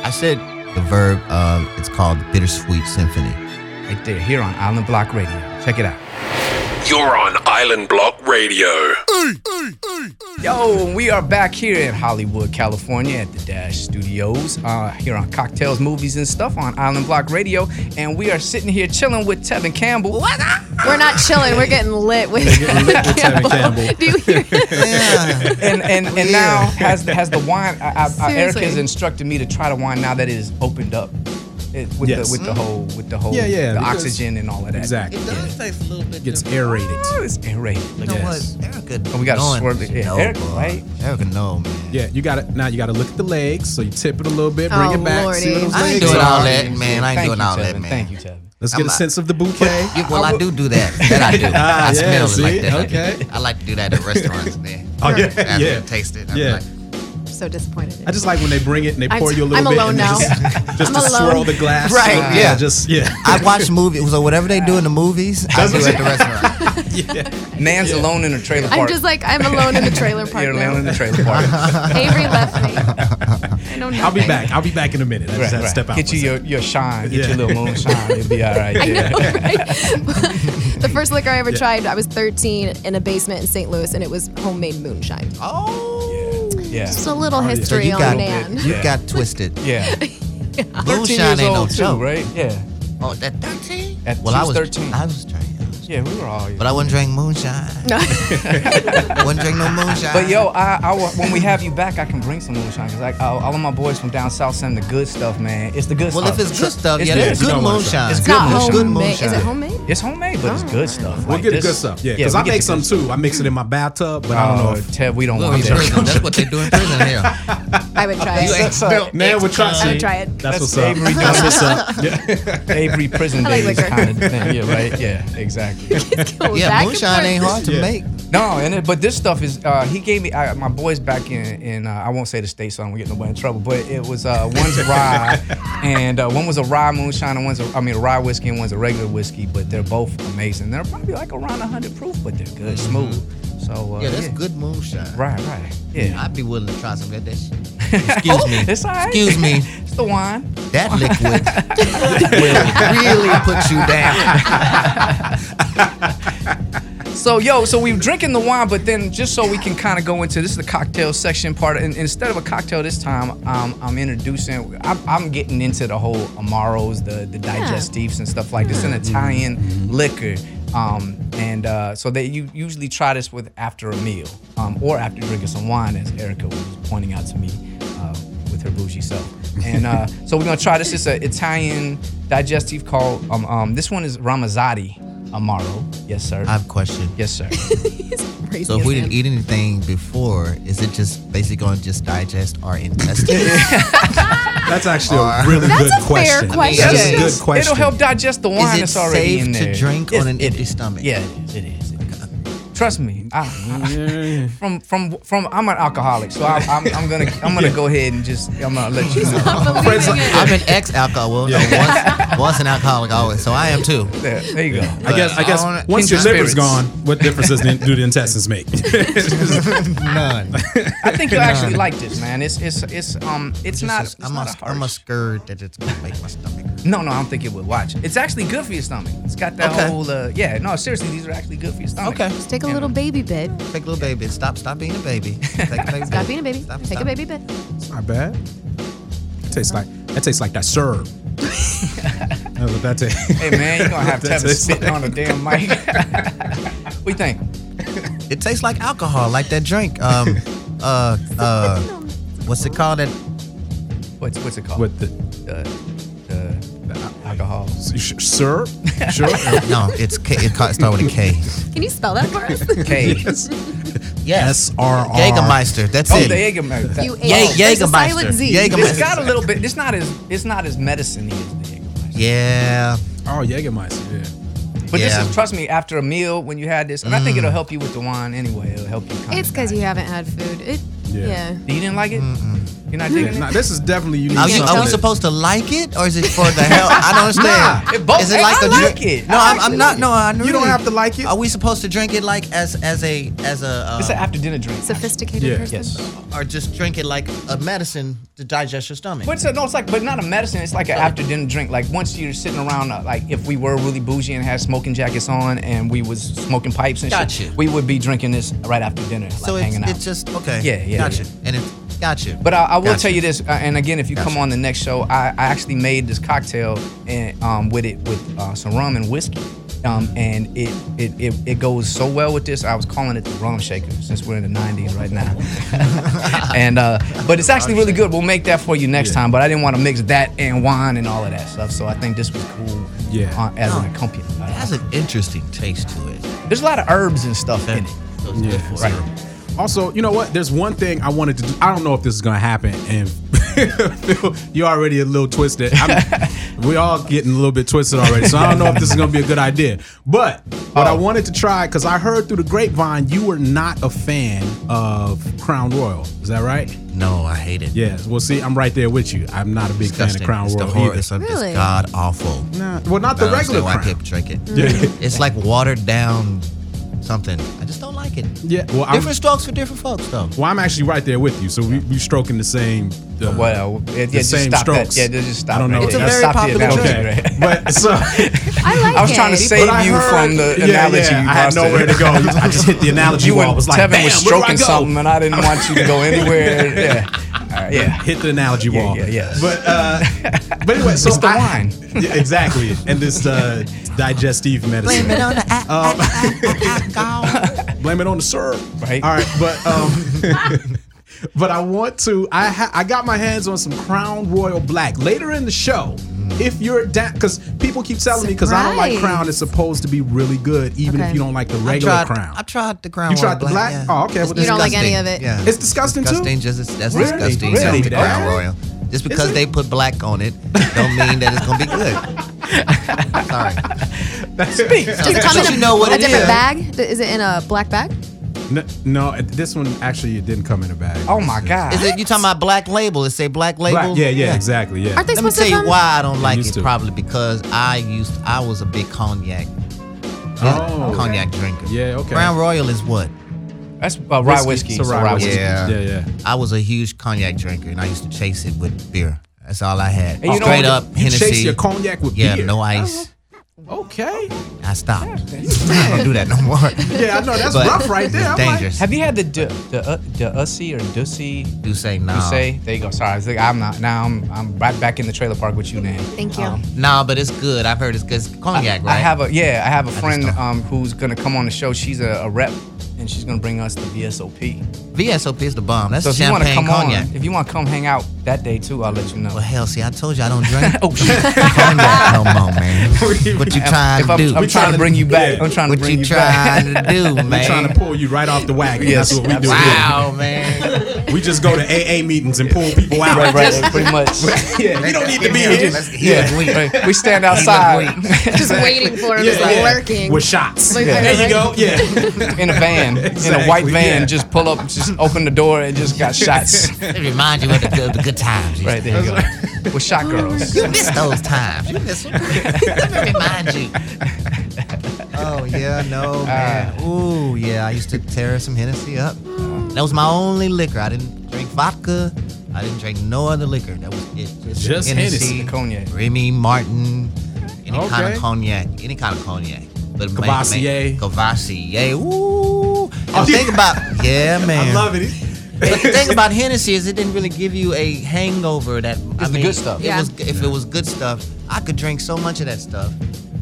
B: I said the verb, uh, it's called the Bittersweet Symphony.
E: right there here on Island Block Radio. Check it out.
A: You're on Island Block Radio.
E: Yo, and we are back here in Hollywood, California at the Dash Studios, uh, here on Cocktails, Movies, and Stuff on Island Block Radio. And we are sitting here chilling with Tevin Campbell. What?
G: We're not chilling. We're getting lit with Tevin Campbell.
F: Campbell.
G: Do you hear?
B: Yeah.
E: And and, and now has has the wine. I, I, I, Eric
G: Seriously.
E: has instructed me to try the wine now that it is opened up. it, with
F: Yes.
E: the with
B: Mm.
E: the whole with the whole
F: Yeah, yeah,
E: the
F: because-
E: oxygen and all of that.
F: Exactly.
B: It does taste a little bit
F: Gets
B: different.
F: aerated.
E: Oh, it's aerated. Look
B: You
E: at
B: know
E: that.
B: what? Erica.
E: Oh, we gotta
B: knowing
E: swerve it.
B: she
E: Yeah,
B: know,
E: Erica,
B: boy.
E: right?
B: Erica, no, man.
F: Yeah, you got to now. You got to look at the legs. So you tip it a little bit, bring
G: Oh,
F: it back. See what
G: Lordy.
F: those
B: I ain't
F: legs
B: doing
F: are.
B: all that, man. I ain't
E: Thank
B: doing
E: you,
B: all that,
E: Tevin.
B: man.
E: Thank you, Tevin.
F: Let's
B: I'm
F: get a
B: not-
F: sense of the bouquet.
B: You- well, I, do do that. That I do.
F: Ah,
B: I
F: yeah,
B: smell it
F: see?
B: like that.
F: Okay.
B: I like to do that at restaurants, man.
F: Oh yeah,
B: After
F: yeah.
B: I taste it, I'm
F: Yeah.
B: like,
G: so disappointed.
F: I just like when they bring it and they
G: I'm-
F: pour you a little
G: I'm
F: bit.
G: alone
F: and
G: now.
F: Just, just
G: I'm
F: to
G: alone.
F: swirl the glass.
B: Right,
F: Uh,
B: yeah.
F: Just yeah.
B: I watch movies or whatever they do in the movies. I do at the restaurant.
E: Nan's alone in a trailer park.
G: I'm just like I'm alone in the trailer park.
E: You're alone in
G: now.
E: the trailer park.
G: Avery left me. I know
F: I'll be
G: nothing.
F: back. I'll be back in a minute. I just
E: Right,
F: had to
E: right.
F: step out.
E: Get
F: for
E: you
F: a
E: your,
F: second.
E: your shine. Get
F: Yeah.
E: your little moonshine. It'll be all right. Yeah.
G: Right? the first liquor I ever tried, I was 13 in a basement in St. Louis, and it was homemade moonshine.
B: Oh,
E: Yeah.
G: Just a little
B: so
G: history
B: you
G: on
B: got
G: Nan.
B: you
E: Yeah.
B: got twisted.
E: Yeah. 13
B: Moonshine
E: years
B: ain't no
E: old too,
B: joke,
E: right? Yeah.
B: Oh, that thirteen?
E: At-
B: Well,
E: she
B: I
E: was
B: was
E: 13.
B: I was trying,
E: Yeah, we were all.
B: but I wouldn't drink moonshine. wouldn't drink no moonshine.
E: But yo, I, I wa- when we have you back, I can bring some moonshine because I, I, all of my boys from down south send the good stuff, man. It's the good
B: well,
E: stuff.
B: if it's good stuff, yeah,
E: good.
B: that's
F: You
B: good
F: don't wanna try.
B: moonshine.
E: It's
G: It's
E: good
G: not
E: moonshine.
B: Good
G: homemade. Is
B: moonshine. Ah.
G: it homemade?
E: It's homemade, but it's good stuff.
F: We'll
E: Like
F: get
E: this-
F: the good stuff. Yeah, because
E: we
F: I
E: get
F: make
E: the
F: some
E: good stuff.
F: too. I mix it in my bathtub, but I don't know
E: Oh,
F: if
E: Tev, we don't
B: Well,
E: want
B: in prison.
E: that.
B: That's what they do in prison here.
G: I would try
B: You
G: it.
B: ain't built
F: Man, we're trying.
G: I would try it.
F: That's what's up.
E: That's Avery
F: That's what's up. Yeah.
E: Avery prison
G: I like
E: days
G: liquor.
E: kind of thing. Yeah, right. Yeah, exactly.
G: Go back
B: Yeah, moonshine
G: and forth.
B: ain't hard to
F: Yeah.
B: make.
E: No, and it, but this stuff is. Uh, he gave me I, my boys back in. in uh, I won't say the state, so I don't get nobody in trouble. But it was uh, one's rye, and uh, one was a rye moonshine, and one's a, I mean a rye whiskey, and one's a regular whiskey. But they're both amazing. They're probably like around hundred proof, but they're good, smooth. So uh,
B: Yeah, that's good moonshine.
E: Right, right. Yeah.
B: I'd be willing to try some of that shit. Excuse me.
E: It's all right.
B: Excuse me.
E: It's the wine.
B: That liquid will really put you down.
E: So yo, so we're drinking the wine, but then just so we can kind of go into this is the cocktail section part. And instead of a cocktail this time, um, I'm introducing. I'm, I'm getting into the whole amaros, the the digestives and stuff like this. An Italian liquor, um, and uh, so they you usually try this with after a meal um, or after drinking some wine, as Erica was pointing out to me uh, with her bougie self. And uh, so we're gonna try this. It's an Italian digestive called. Um, um, this one is Ramazzotti Amaro. Yes, sir.
B: I have a question.
E: Yes, sir.
G: Crazy
B: So if
G: as
B: we
G: him.
B: didn't eat anything before, is it just basically going to just digest our intestines?
F: That's actually
B: Or-
F: a really
G: That's
F: good
G: a fair
F: question.
G: question.
F: That is a
E: Yes.
F: good question.
E: It'll help digest the wine
B: is it
E: that's already
B: safe
E: in there.
B: to drink
E: Yes,
B: on an
E: it
B: empty
E: is.
B: stomach?
E: Yeah, it is. It is. Trust me. I, I- from from from I'm an alcoholic, so I, I'm I'm gonna I'm gonna go ahead and just I'm gonna let you know.
G: Believing
F: Friends like-
G: it.
B: I'm an ex-alcohol. Well, no, once, once an alcoholic, always. So I am too.
E: There, there you go.
F: I guess. I
B: But
F: guess
B: I wanna-
F: once your
E: Kindred
F: liver's
E: spirits.
F: gone, what difference does the, do the intestines make?
B: None.
E: I think you'll actually like this, man. It's it's it's um it's
B: Just
E: not
B: a-
E: it's
B: I'm,
E: not
B: a,
E: a harsh.
B: I'm a scourge that it's going to make my stomach. hurt.
E: No, no, I don't think it would. Watch. It's actually good for your stomach. It's got that
B: Okay.
E: whole uh, yeah. No, seriously, these are actually good for your stomach.
B: Okay.
G: Just take a little baby bit.
B: Take a little baby. Stop. Stop being a baby. Take a baby.
G: Stop being a baby.
B: Stop-
G: Take
B: stop.
G: a baby bit.
F: Not bad. Tastes like that tastes like that syrup. That's what that tastes.
E: Hey man, you're gonna have
F: That
E: Tevin
F: tastes
E: spitting on a damn mic. we think.
B: It tastes like alcohol, like that drink. Um, uh, uh, what's it called? That
E: What's what's it called?
F: With the
E: uh, the alcohol.
F: sh- syrup, sure.
B: no, it's K, it ca- it start with a K.
G: Can you spell that for us?
E: Okay.
F: S R R.
B: Jägermeister. That's
E: Oh,
B: it.
E: the Jägermeister.
G: You
E: That-
B: Ye-
G: ate. There's a
B: Jägermeister.
G: silent Z.
E: It's
B: Jägermeister.
E: got a little bit. It's not as it's not as medicine-y as the Jägermeister.
B: yeah.
F: Oh, Jägermeister. Yeah.
E: But
B: Yeah. Mm.
E: this is trust me. After a meal, when you had this, and I think it'll help you with the wine anyway. It'll help you. Kind
G: It's because you haven't had food. It.
F: Yeah.
G: Yeah.
E: You didn't like it. You're not digging
F: Nah,
E: it.
F: this is definitely unique.
B: Are, you,
F: something.
B: are we supposed to like it, or is it for the hell? I don't understand.
E: Nah, it both-
B: Is
E: I- I
B: a
E: like
B: drink?
E: it.
B: No,
E: I
B: I'm, I'm not. No, I
F: You don't have to like it.
B: Are we supposed to drink it like as as a as a, uh,
E: It's an after dinner drink.
G: Sophisticated
F: Yeah.
G: person.
E: Yes.
B: or just drink it like a medicine to digest your stomach?
E: But it's a, no, it's like, but not a medicine. It's like an after dinner drink. Like once you're sitting around, uh, like if we were really bougie and had smoking jackets on, and we was smoking pipes and
B: Gotcha.
E: shit, we would be drinking this right after dinner, like
B: so it's,
E: hanging out.
B: it's just okay.
E: Yeah, yeah,
B: Gotcha.
E: yeah.
B: And it's gotcha.
E: But I, I will
B: Gotcha.
E: tell you this, uh, and again, if you come
B: Gotcha.
E: on the next show, I, I actually made this cocktail and um, with it with uh, some rum and whiskey, Um, and it, it it it goes so well with this. I was calling it the rum shaker since we're in the 90s right now. and uh, but it's actually really good. We'll make that for you next
F: Yeah.
E: time. But I didn't want to mix that and wine and all of that stuff. So I think this was cool.
F: Yeah.
E: on- as an
B: No.
E: accompaniment.
B: It has an interesting taste to it.
E: There's a lot of herbs and stuff in
B: That-
E: it.
B: those good
F: Yeah.
B: for
E: Right.
B: you.
F: Also, you know what? There's one thing I wanted to do. I don't know if this is gonna happen, and Phil, you're already a little twisted. I'm, we all getting a little bit twisted already, so I don't know if this is gonna be a good idea. But what I
E: Oh.
F: wanted to try, because I heard through the grapevine, you were not a fan of Crown Royal. Is that right?
B: No, I hate it.
F: Yes. Well, see, I'm right there with you. I'm not a big
B: Disgusting.
F: fan of
B: it's
F: Crown
B: the
F: Royal
B: horror.
F: either.
B: It's,
G: Really?
B: god awful.
F: Nah, well, not
B: I
F: the
B: don't
F: regular
B: understand why
F: Crown.
B: people drink it.
F: Yeah.
B: It's like watered down something. I just don't like it.
F: Yeah. Well, I'm,
B: different strokes for different folks, though.
F: well, I'm actually right there with you. So we we stroking the same. uh,
E: Well, yeah, yeah, just
F: same
E: stop
F: strokes.
E: that. Yeah, just stop.
F: I don't
E: right
F: know.
E: there.
F: It's a
E: Just
B: very
E: stop the
B: popular
E: analogy,
B: drink.
E: right?
F: Okay. But so.
G: I like
E: I was trying to
G: it.
E: save
F: But I
E: you
F: heard-
E: from the
F: yeah,
E: analogy.
F: yeah,
E: you
F: I had
E: busted.
F: nowhere to go. I just hit the analogy
E: You
F: wall. I
E: and
F: was like,
E: Tevin
F: Damn,
E: was
F: where do I
E: stroking
F: go?"
E: something, and I didn't want you to go anywhere. yeah, Uh, yeah.
F: Hit the analogy wall.
E: yeah, yes.
F: But uh, but anyway, so
E: It's the
F: I-
E: wine.
F: Yeah, exactly. And this uh, digestive medicine.
B: Blame it on the a-
F: Blame it on the syrup.
E: Right.
F: All right, but um, but I want to. I ha- I got my hands on some Crown Royal Black later in the show. If you're down, because people keep telling me because I don't like
G: Surprise.
F: Crown, it's supposed to be really good, even
G: Okay.
F: if you don't like the
B: I
F: regular
B: tried,
F: Crown.
B: I tried the crown.
F: You
B: while
F: tried the black?
B: yeah.
F: Oh, okay, well,
B: It's
F: You
G: don't like any
B: disgusting.
G: of it?
B: Yeah.
F: It's disgusting, too?
B: disgusting, Just, that's
F: Really?
B: disgusting.
F: Really?
B: Something Crown
F: That?
B: Royal. Just because
F: it?
B: they put black on it, don't mean that it's gonna be good. Sorry.
G: Does it come
B: But
G: in a,
B: you know what
G: a
B: it
G: different
B: is.
G: bag? D- Is it in a black bag?
F: N- No, this one actually it didn't come in a bag.
E: Oh my God.
B: Is it you talking about black label? It say black label.
F: Black, yeah, yeah, exactly. Yeah.
G: Aren't they
B: Let me
G: supposed to
B: tell you
G: come-
B: why I don't like
F: used
B: it.
F: to.
B: Probably because I used I was a big cognac
F: Oh.
B: cognac drinker.
F: Yeah, okay.
B: Crown Royal is what
E: That's uh, rye whiskey.
F: So rye whiskey.
B: Yeah.
F: yeah, yeah.
B: I was a huge cognac drinker, and I used to chase it with beer. That's all I had.
E: And you know
B: Straight
E: what?
B: up
F: You
B: Hennessy.
F: chase your cognac with
B: yeah,
F: beer.
B: no ice.
F: Okay.
B: I stopped. I don't do that no more.
F: Yeah, I know that's
B: But
F: rough right there.
B: It's
F: I'm like,
B: dangerous.
E: Have you had the du- the uh, the Ussie or Dussy?
B: you say no?
E: You say there you go. Sorry, I was like, I'm not. Now I'm I'm right back in the trailer park with you, Nan.
G: Thank you.
B: Nah, but it's good. I've heard it's good. It's cognac, right?
E: I have a yeah. I have a friend
B: don't.
E: um, who's gonna come on the show. She's a, a rep, and she's gonna bring us the VSOP.
B: VSOP is the bomb. That's
E: So if you want to
B: champagne
E: come
B: cognac.
E: on, if you want to come hang out that day too, I'll let you know.
B: Well, hell, see, I told you I don't drink cognac no more, man. What you trying
E: Oh, if
B: to
E: I'm,
B: do?
E: I'm trying to bring you back.
F: Yeah.
E: I'm trying to
B: What
E: bring
B: you
E: you back.
B: trying to do, man?
F: We're trying to pull you right off the wagon.
E: Yes,
F: that's what we do.
B: Wow, man.
F: We just go to AA meetings and pull people out.
E: right, right, pretty much.
F: Yeah, you don't need to be
B: Yeah,
F: here.
B: let's-
E: Yeah,
B: yeah, we-
E: right. we stand outside
G: Just waiting for him.
F: Yeah,
G: just like
F: yeah.
G: lurking.
F: With shots.
G: Like,
F: Yeah.
G: I
F: There you go.
G: know,
F: Yeah.
E: in a van, in a white
F: Exactly,
E: van.
F: yeah.
E: Just pull up, just open the door, and just got shots.
B: It reminds you of the good, the good times. you
E: Right there you go. With shot girls.
B: You miss those times. You miss them. Let me remind you. Oh yeah, no man.
F: Ah.
B: Ooh yeah, I used to tear some Hennessy up. That was my only liquor. I didn't drink vodka. I didn't drink no other liquor. That was it. Just,
F: Just Hennessy.
E: Cognac.
B: Remy Martin, any kind
F: Okay.
B: of cognac, any kind of cognac. But ma- ma-
F: Cavassier.
B: Cavassier. Ooh. And
F: Oh,
B: think
F: yeah.
B: about yeah man.
F: I love it.
B: the thing about Hennessy is it didn't really give you a hangover. That I
E: It's the
B: mean,
E: good stuff.
B: It
G: Yeah.
B: was, if it was good stuff, I could drink so much of that stuff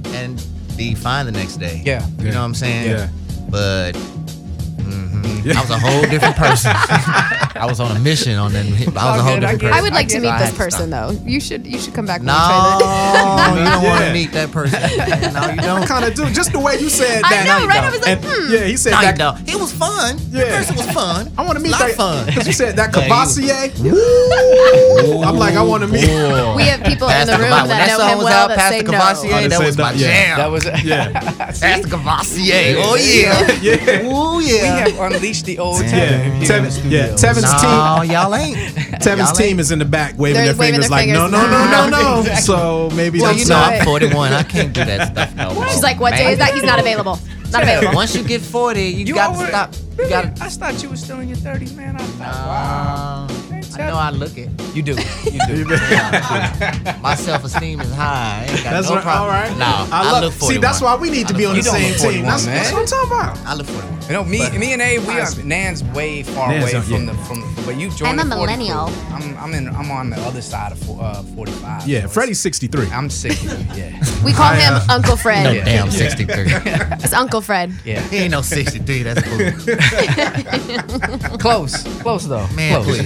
B: and be fine the next day.
E: Yeah.
B: you know what I'm saying.
F: Yeah.
B: But mhm, I was a whole different person. I was on a mission on that. I was a
E: Okay,
B: whole
E: I
B: different
E: get it.
B: person.
G: I would like to
B: So I
G: meet
B: had
G: this
B: to
G: person
B: stop.
G: though. You should you should come back. when we try that.
B: No, you don't want
F: Yeah.
B: to meet that person. No, you don't.
F: Kind of do just the way you said
G: I
F: that.
G: know, right? I
F: And-
G: was like, hmm.
F: Yeah, he said
B: No, you
F: that.
B: don't. It was fun.
F: Yeah.
B: The person was fun.
F: I want to meet
B: Lot
F: that.
B: of fun.
F: Because you said that
B: But you-
F: Cavassier.
B: Ooh,
F: I'm like, I wanna meet-
B: boy.
G: We have people in
B: Pastor
G: the room
B: Cava- when
G: that know
B: song
G: him
B: was
G: well
B: out,
G: that
B: Pastor
G: say
B: Cavassier,
F: Oh,
G: no.
F: they
B: that
F: say
B: was
F: no,
B: my
F: yeah.
B: jam.
E: That was it.
F: Yeah.
B: Pastor Cavassier. Oh yeah.
F: Yeah.
B: Oh
E: We
B: yeah.
E: have unleashed the old Tevin.
F: Yeah.
E: here in the
F: Tevin,
E: studio.
F: yeah. Tevin's team.
B: No, y'all ain't.
F: Tevin's
B: Y'all
F: team
B: ain't.
F: is in the back waving
G: They're
F: their
G: waving
F: fingers
G: their
F: like, no, no,
G: fingers,
F: no, no,
G: nah.
F: no. So maybe
B: Well, you
F: that's
B: know
F: not.
B: I'm 41. I can't do that stuff no more.
G: She's like, what day
B: man.
G: is that? He's not available. Not available.
B: Once you get 40, you,
E: You
B: got to
E: already-
B: stop. You
E: Really?
B: got to.
E: I thought you were still in your 30s, man. I thought, wow.
B: I I know I look it.
E: You do. You do.
B: My self esteem is high. I ain't got
F: That's
B: no
F: right. All
B: problem.
F: right.
B: No, I,
F: love,
B: look for
F: See, that's why we need to be on the
E: You don't
F: same
E: look 41,
F: team. That's,
E: man.
F: that's what I'm talking about.
B: I look for it.
E: You know, me, me and Abe, we
F: I
E: are
F: see.
E: Nan's way far
F: Nan's
E: away
F: on-
E: from
F: yeah.
E: the from. But you joined.
H: I'm a
E: the 40 crew.
H: millennial.
E: I'm I'm in I'm on the other side of fo- uh, 45. so
F: Yeah,
E: it's-
F: Freddie's 63.
E: I'm sick. Yeah,
G: We call
F: I,
G: him
F: uh,
G: Uncle Fred.
B: No damn 63.
G: It's Uncle Fred.
E: yeah.
B: he ain't no 63. That's cool.
E: Close, close though.
B: Man,
E: close.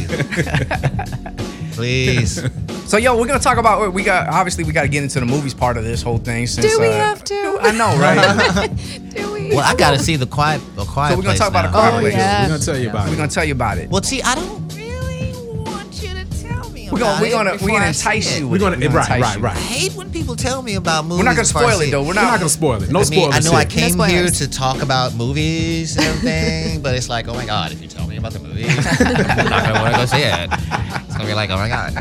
B: please. please.
E: So yo, we're gonna talk about we got obviously we got to get into the movies part of this whole thing. Since,
G: Do we
E: uh,
G: have to?
E: I know, right?
G: Do we?
B: Well, I gotta see the quiet. The quiet
E: So we're gonna
B: Place
E: talk about
B: now.
E: A Quiet
G: Oh,
E: Place.
G: yeah.
F: We're going to tell you about
E: we're
F: it.
E: gonna tell you about it.
B: Well, see, I don't really want you to tell me.
E: We're gonna
B: about
E: we're
B: it
E: gonna we're
B: before
E: gonna
B: I see
E: entice
B: it.
E: you.
F: We're
E: With
F: going
E: it.
F: to,
E: We're
F: right,
E: entice
F: right,
E: you.
B: I
F: right.
B: hate when people tell me about movies.
E: We're not gonna
B: before I
E: spoil
B: see
E: it though. We're
F: We're not
E: not
F: going to spoil it. No
B: I mean,
F: spoilers.
B: I know I
F: here.
B: came
G: No
B: here
G: spoilers.
B: to talk about movies and everything, but it's like, oh my god, if you tell me about the movies, I'm not gonna want to go see it. It's gonna be like, oh my god, no.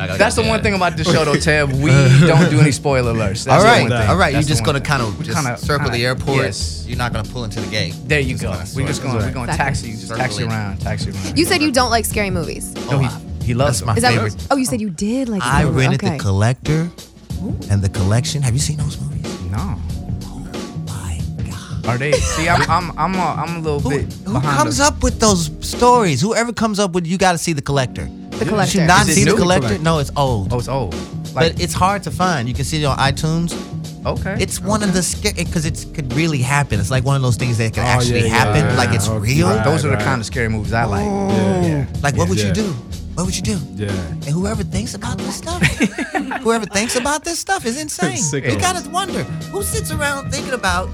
B: I'm not gonna go
E: That's the
B: see
E: one
B: it.
E: thing about this show, though, Tab. We don't do any spoiler alerts. That's
B: all
E: the
B: right,
E: one thing.
B: all right. You're
E: That's the
B: just
E: one
B: gonna
E: thing.
B: kind of
E: We're
B: just
E: kinda-
B: circle
E: kinda-
B: the airport.
E: Yes.
B: You're not gonna pull into the gate.
E: There you go.
B: gonna
E: We're
B: sort
E: just
B: of-
E: gonna we're gonna
G: Exactly.
E: taxi you, just
B: Circle
E: taxi
B: it.
E: around, taxi around.
G: You said you don't like scary movies.
E: no,
B: Oh, I-
E: he, he loves
B: that's my
E: them.
G: Is that?
B: Favorite.
G: Oh, you said you did like.
B: I
G: scary movies.
B: rented
G: okay.
B: the collector and the collection. Have you seen those movies?
E: No.
B: My God.
E: Are they? See, I'm I'm I'm a, I'm a little
B: Who,
E: bit
B: who
E: behind.
B: comes
E: the-
B: up with those stories? Whoever comes up with you got to see the collector. The
G: Collector.
B: You should not
E: Is it
B: see the
E: new?
B: collector?
F: Collector.
B: No, it's old.
E: Oh, it's old. Like,
B: but it's hard to find. You can see it on iTunes.
E: okay. Oh,
B: It's one of the scary because it could really happen. It's like one of those things that could actually
F: yeah, yeah,
B: happen.
F: yeah.
B: like it's
F: Okay,
B: real.
F: right.
E: Those are the kind of scary movies I like.
F: Yeah. yeah.
B: Like what would
F: Yeah.
B: you do? What would you do?
F: Yeah.
B: And whoever thinks about this stuff, whoever thinks about this stuff is insane.
F: Sicko.
B: You gotta wonder who sits around thinking about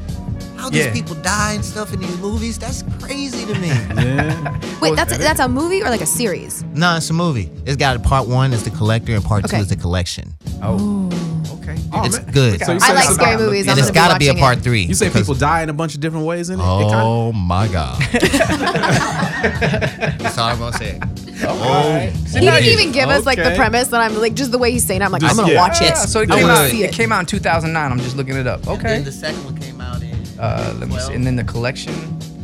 B: how these
E: Yeah.
B: people die and stuff in these movies. That's crazy to me.
F: Yeah.
G: Wait, that's that's a movie or like a series?
B: no, it's a movie. It's got part one is the collector and part two
G: Okay.
B: is the collection.
E: Oh. Okay.
F: Oh,
B: it's
F: man.
B: good.
F: So you
G: I
F: say
G: like
F: it's
G: scary
F: about-
G: movies. I'm
B: and it's
G: gonna
B: gotta be a
G: watching
B: part
G: it.
B: three.
F: You say
B: because-
F: people die in a bunch of different ways in it? it kinda-
B: Oh my God. That's all I'm gonna say. Oh.
F: Alright.
G: He didn't even give us like the
F: Okay.
G: premise, and I'm like just the way he's saying. it, I'm like
F: Just-
G: I'm gonna
F: yeah.
G: watch
E: Yeah,
G: it.
E: so
F: Oh,
E: it
G: I
E: came
G: wanna
E: out.
G: see
E: It came out in 2009. I'm just looking it up. Okay.
B: Then the second one came out in.
E: Uh, let me see.
B: 12.
E: And then the collection.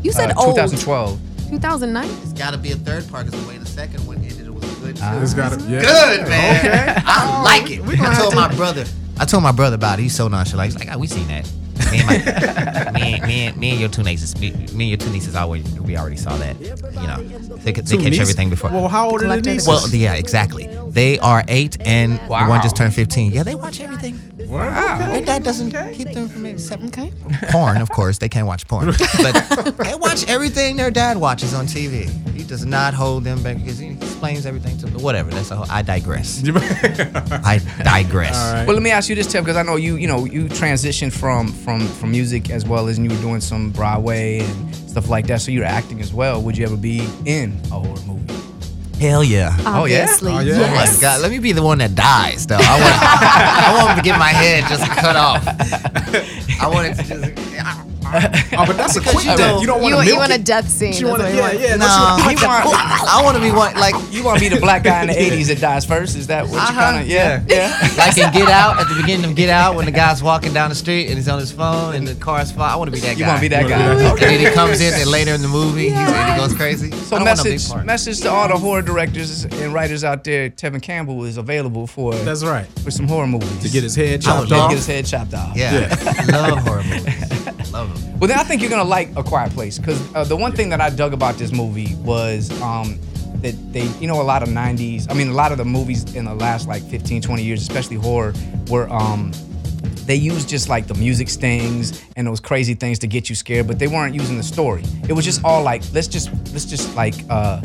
G: You said oh,
E: uh,
G: old.
E: 2012.
G: 2009.
B: It's gotta be a third part because the way the second one ended, it was a good. too.
F: It's got yeah.
B: good, man.
F: Oh,
B: I like it. I told my brother. I told my brother about it. He's so nonchalant. He's like, oh, we seen that. Me and, my, me, and, me, and, me and your two nieces, me, me and your two nieces always we already saw that. You know, they, could- they
F: Two
B: catch
F: nieces-
B: everything before.
F: Well, how old are the nieces?
B: Well, yeah, exactly. They are eight and the one just turned fifteen. Yeah, they watch everything.
E: Wow.
B: Their dad doesn't keep them from except
G: Okay.
B: porn, of course. They can't watch porn, but they watch everything their dad watches on TV. He does not hold them back because he explains everything to them. Whatever. That's a whole. I digress. I digress.
F: All
E: Well,
F: right.
E: let me ask you this, Tim, because I know you, you know, you transitioned from from from music as well as and you were doing some Broadway and stuff like that. So you're acting as well. Would you ever be in a horror movie?
B: Hell yeah.
E: Oh, yeah?
G: Obviously.
F: Oh, yeah.
B: Oh my
G: Uh, Yes.
B: God, let me be the one that dies, though. I want, I want to get my head just cut off. I want it to just.
F: Oh, but that's a
B: Because
F: quick
B: you
F: death.
B: don't-
F: You don't want
G: You,
F: to milk
G: want- you want a
F: it.
G: death scene.
F: She
G: that's
F: wanna-
G: what you
F: yeah,
G: want.
F: yeah.
B: No,
F: that's what-
B: I want to be one like
E: You want to be the black guy in the 80s that dies first? Is that what you
B: Uh-huh.
E: kind of? Yeah, yeah.
B: like in Get Out at the beginning of Get Out when the guy's walking down the street and he's on his phone and the car's fly. I want to be that
E: You
B: guy.
E: want to be that
F: wanna be
E: guy?
F: that
B: And then
E: Okay.
B: he comes in and later in the movie he's, and he goes crazy. I
E: So
B: don't want no big
E: message
B: part.
E: message to all the horror directors and writers out there. Tevin Campbell is available for
F: That's right.
E: for some horror movies.
F: To get his head
B: I would
F: chopped
E: Yeah, to
B: love-
F: off.
E: get his head chopped off.
B: Yeah, love horror movies. Love them.
E: Well, then I think you're gonna like A Quiet Place because uh, the one thing that I dug about this movie was um, that they, you know, a lot of '90s. I mean, a lot of the movies in the last like 15, 20 years, especially horror, were um, they used just like the music stings and those crazy things to get you scared, but they weren't using the story. It was just all like, let's just, let's just like. Uh,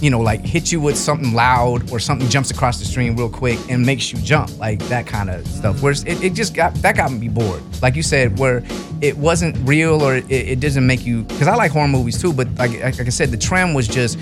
E: you know, like hit you with something loud or something jumps across the stream real quick and makes you jump, like that kind of stuff. Whereas it, it just got that got me bored. Like you said, where it wasn't real or it, it doesn't make you because I like horror movies too, but like, like I said, the trend was just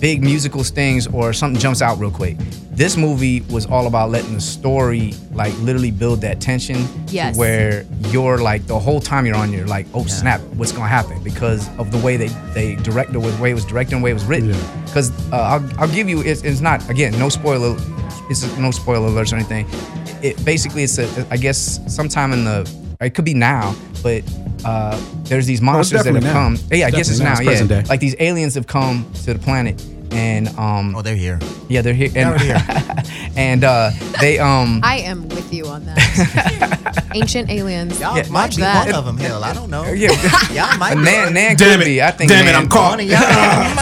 E: big musical stings or something jumps out real quick. This movie was all about letting the story like literally build that tension. to
G: Yes.
E: Where you're like the whole time you're on, you're like, oh snap, what's gonna happen? Because of the way they they directed, the way it was directed, and the way it was written. Because uh, I'll, I'll give you, it's, it's not again no spoiler, it's no spoiler alerts or anything. It basically it's a, I guess sometime in the it could be now, but uh, there's these monsters that have
F: Oh, definitely now.
E: come. Yeah, I
F: It's
E: guess it's
F: definitely now.
E: now.
F: It's present
E: yeah,
F: day.
E: like these aliens have come to the planet and um,
B: Oh, they're here.
E: yeah, they're here. And,
F: They're
E: and uh, they um,
G: I am with you on that. Ancient aliens.
B: Y'all
E: Yeah,
B: might
G: watch
B: be
G: that.
B: one of them. Hell, I don't know.
E: yeah.
B: Y'all might be.
E: Nan, Nan
F: Damn
E: could
F: it.
E: be. I think
F: Damn it,
E: Nan-
F: I'm caught.
B: One of y'all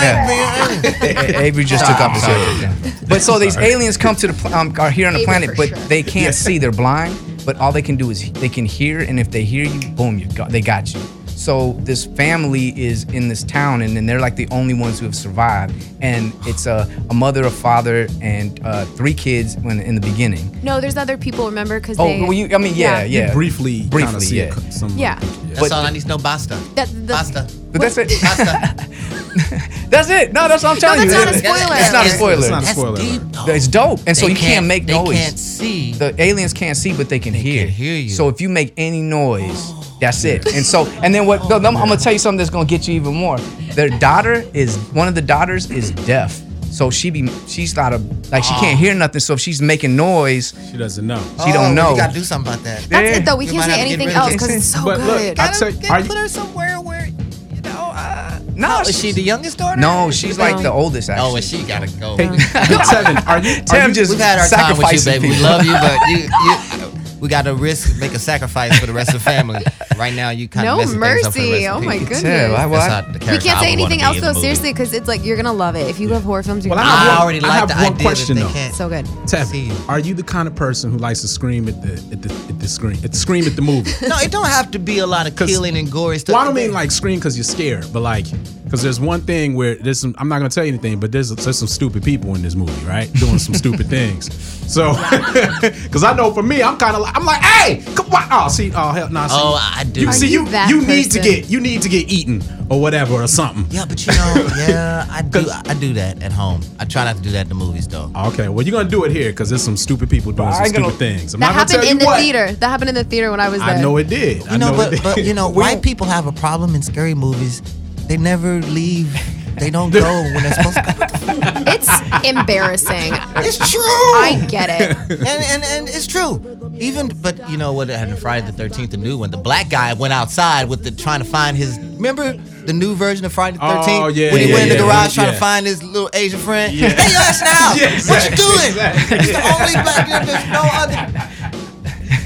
B: might be.
E: A- A- Avery just took up the subject. But so these aliens come to the pl- um, are here on the
G: Avery
E: planet,
G: for
E: but
G: sure.
E: they can't see. They're blind. But all they can do is they can hear, and if they hear you, boom, you got, they got you. So this family is in this town, and then they're like the only ones who have survived. And it's a, a mother, a father, and uh, three kids when in the beginning.
G: No, there's other people. Remember, because
E: Oh,
G: they.
E: well, you, I mean, yeah, yeah.
F: Briefly, kinda
E: Briefly,
F: see
E: yeah.
F: c- some,
G: Yeah.
B: That's all I need to know. Basta.
G: That- the-
B: Basta.
E: But that's it.
B: Basta.
E: That's it. No, that's what I'm telling
G: that's
E: you.
G: not a spoiler.
E: It's not a spoiler.
F: It's not a
B: That's
F: spoiler
B: deep.
F: alert.
B: though.
E: It's dope, and so
B: They
E: you can't, make
B: they
E: noise.
B: can't see.
E: the aliens can't see, but they can hear.
B: can hear you. Oh.
E: So if you make any noise, that's it. And so, and then what? I'm, I'm gonna tell you something that's gonna get you even more. Their daughter is one of the daughters is deaf, so she be she's not a like she
B: Oh.
E: can't hear nothing. So if she's making noise,
F: She doesn't know.
E: she don't
B: You
E: know.
B: Oh, gotta do something about that.
G: That's it though. We
B: You
G: can't
B: might
G: say
B: have to get
G: anything
B: rid of
G: else
B: it.
G: because it's so
F: But look,
G: good.
F: I tell you, are you,
B: her somewhere where, you know. Uh,
E: no,
B: is she the youngest daughter?
E: no, she's like the oldest. Actually.
B: Oh, and she gotta go.
F: but Tevin, are you, are
E: Tim
F: you
E: just
B: We've had our time with you,
E: sacrificing
B: baby. We
E: people.
B: love you, but you, you we gotta risk make a sacrifice for the rest of the family. Right now, you kind of
G: no
B: messing things up for the
G: mercy.
B: rest
G: Oh
B: of the
G: my
B: people.
G: goodness.
E: Tim, I, well,
B: That's
E: I,
B: not the
G: we
B: character
G: can't
B: I
G: say
B: would wanna
G: anything
B: be
G: else
B: in
G: though,
B: the movie.
G: seriously, because it's like you're gonna love it. If you love horror films, you're
F: Well,
G: gonna
F: I
G: love
B: I
F: have
B: already
F: one- I
B: like the
F: have one
B: idea that
F: question,
B: they
F: though.
G: it.
B: can't
G: So good.
B: see.
F: Tevin, are you the kind of person who likes to scream at the at the, at the screen at the scream at the movie?
B: No, it don't have to be a lot of
F: 'Cause-
B: killing and gory stuff.
F: Well, I don't mean like scream because you're scared, but like because there's one thing where there's some. I'm not gonna tell you anything, but there's there's some stupid people in this movie, right? Doing some stupid things. So, because I know for me, I'm kind of like I'm like, hey, come on, oh see, oh hell, nah, see,
B: Oh, I do.
F: You,
B: Are
F: see,
G: you
F: you you,
G: that
F: need to
G: person?
F: get you need to get eaten or whatever or something.
B: Yeah, but you know, yeah, I do. I do that at home. I try not to do that in the movies, though.
F: Okay, well you're gonna do it here because there's some stupid people doing
E: I
F: some
E: ain't
F: stupid
E: gonna-
F: things. I'm
G: That
F: not gonna
G: happened
F: tell
G: in
F: you
G: the
F: what.
G: theater. That happened in the theater when I was there.
F: I know it did. I
B: You know,
F: know it
B: but
F: did.
B: but you know,
E: We
B: white
E: don't-
B: people have a problem in scary movies. They never leave. They don't go when they're supposed to.
G: It's embarrassing.
B: It's true.
G: I get it.
B: and, and and it's true. Even but you know what happened Friday the Thirteenth, the new one. The black guy went outside with the trying to find his. Remember the new version of Friday the
F: Oh,
B: Thirteenth?
F: yeah,
B: When he
F: yeah,
B: went in the
F: yeah,
B: garage trying
F: yeah.
B: to find his little Asian friend.
F: Yeah.
B: Hey, your ass out!
F: Yeah, exactly,
B: what you doing?
F: exactly.
B: It's the only black dude. There's no other.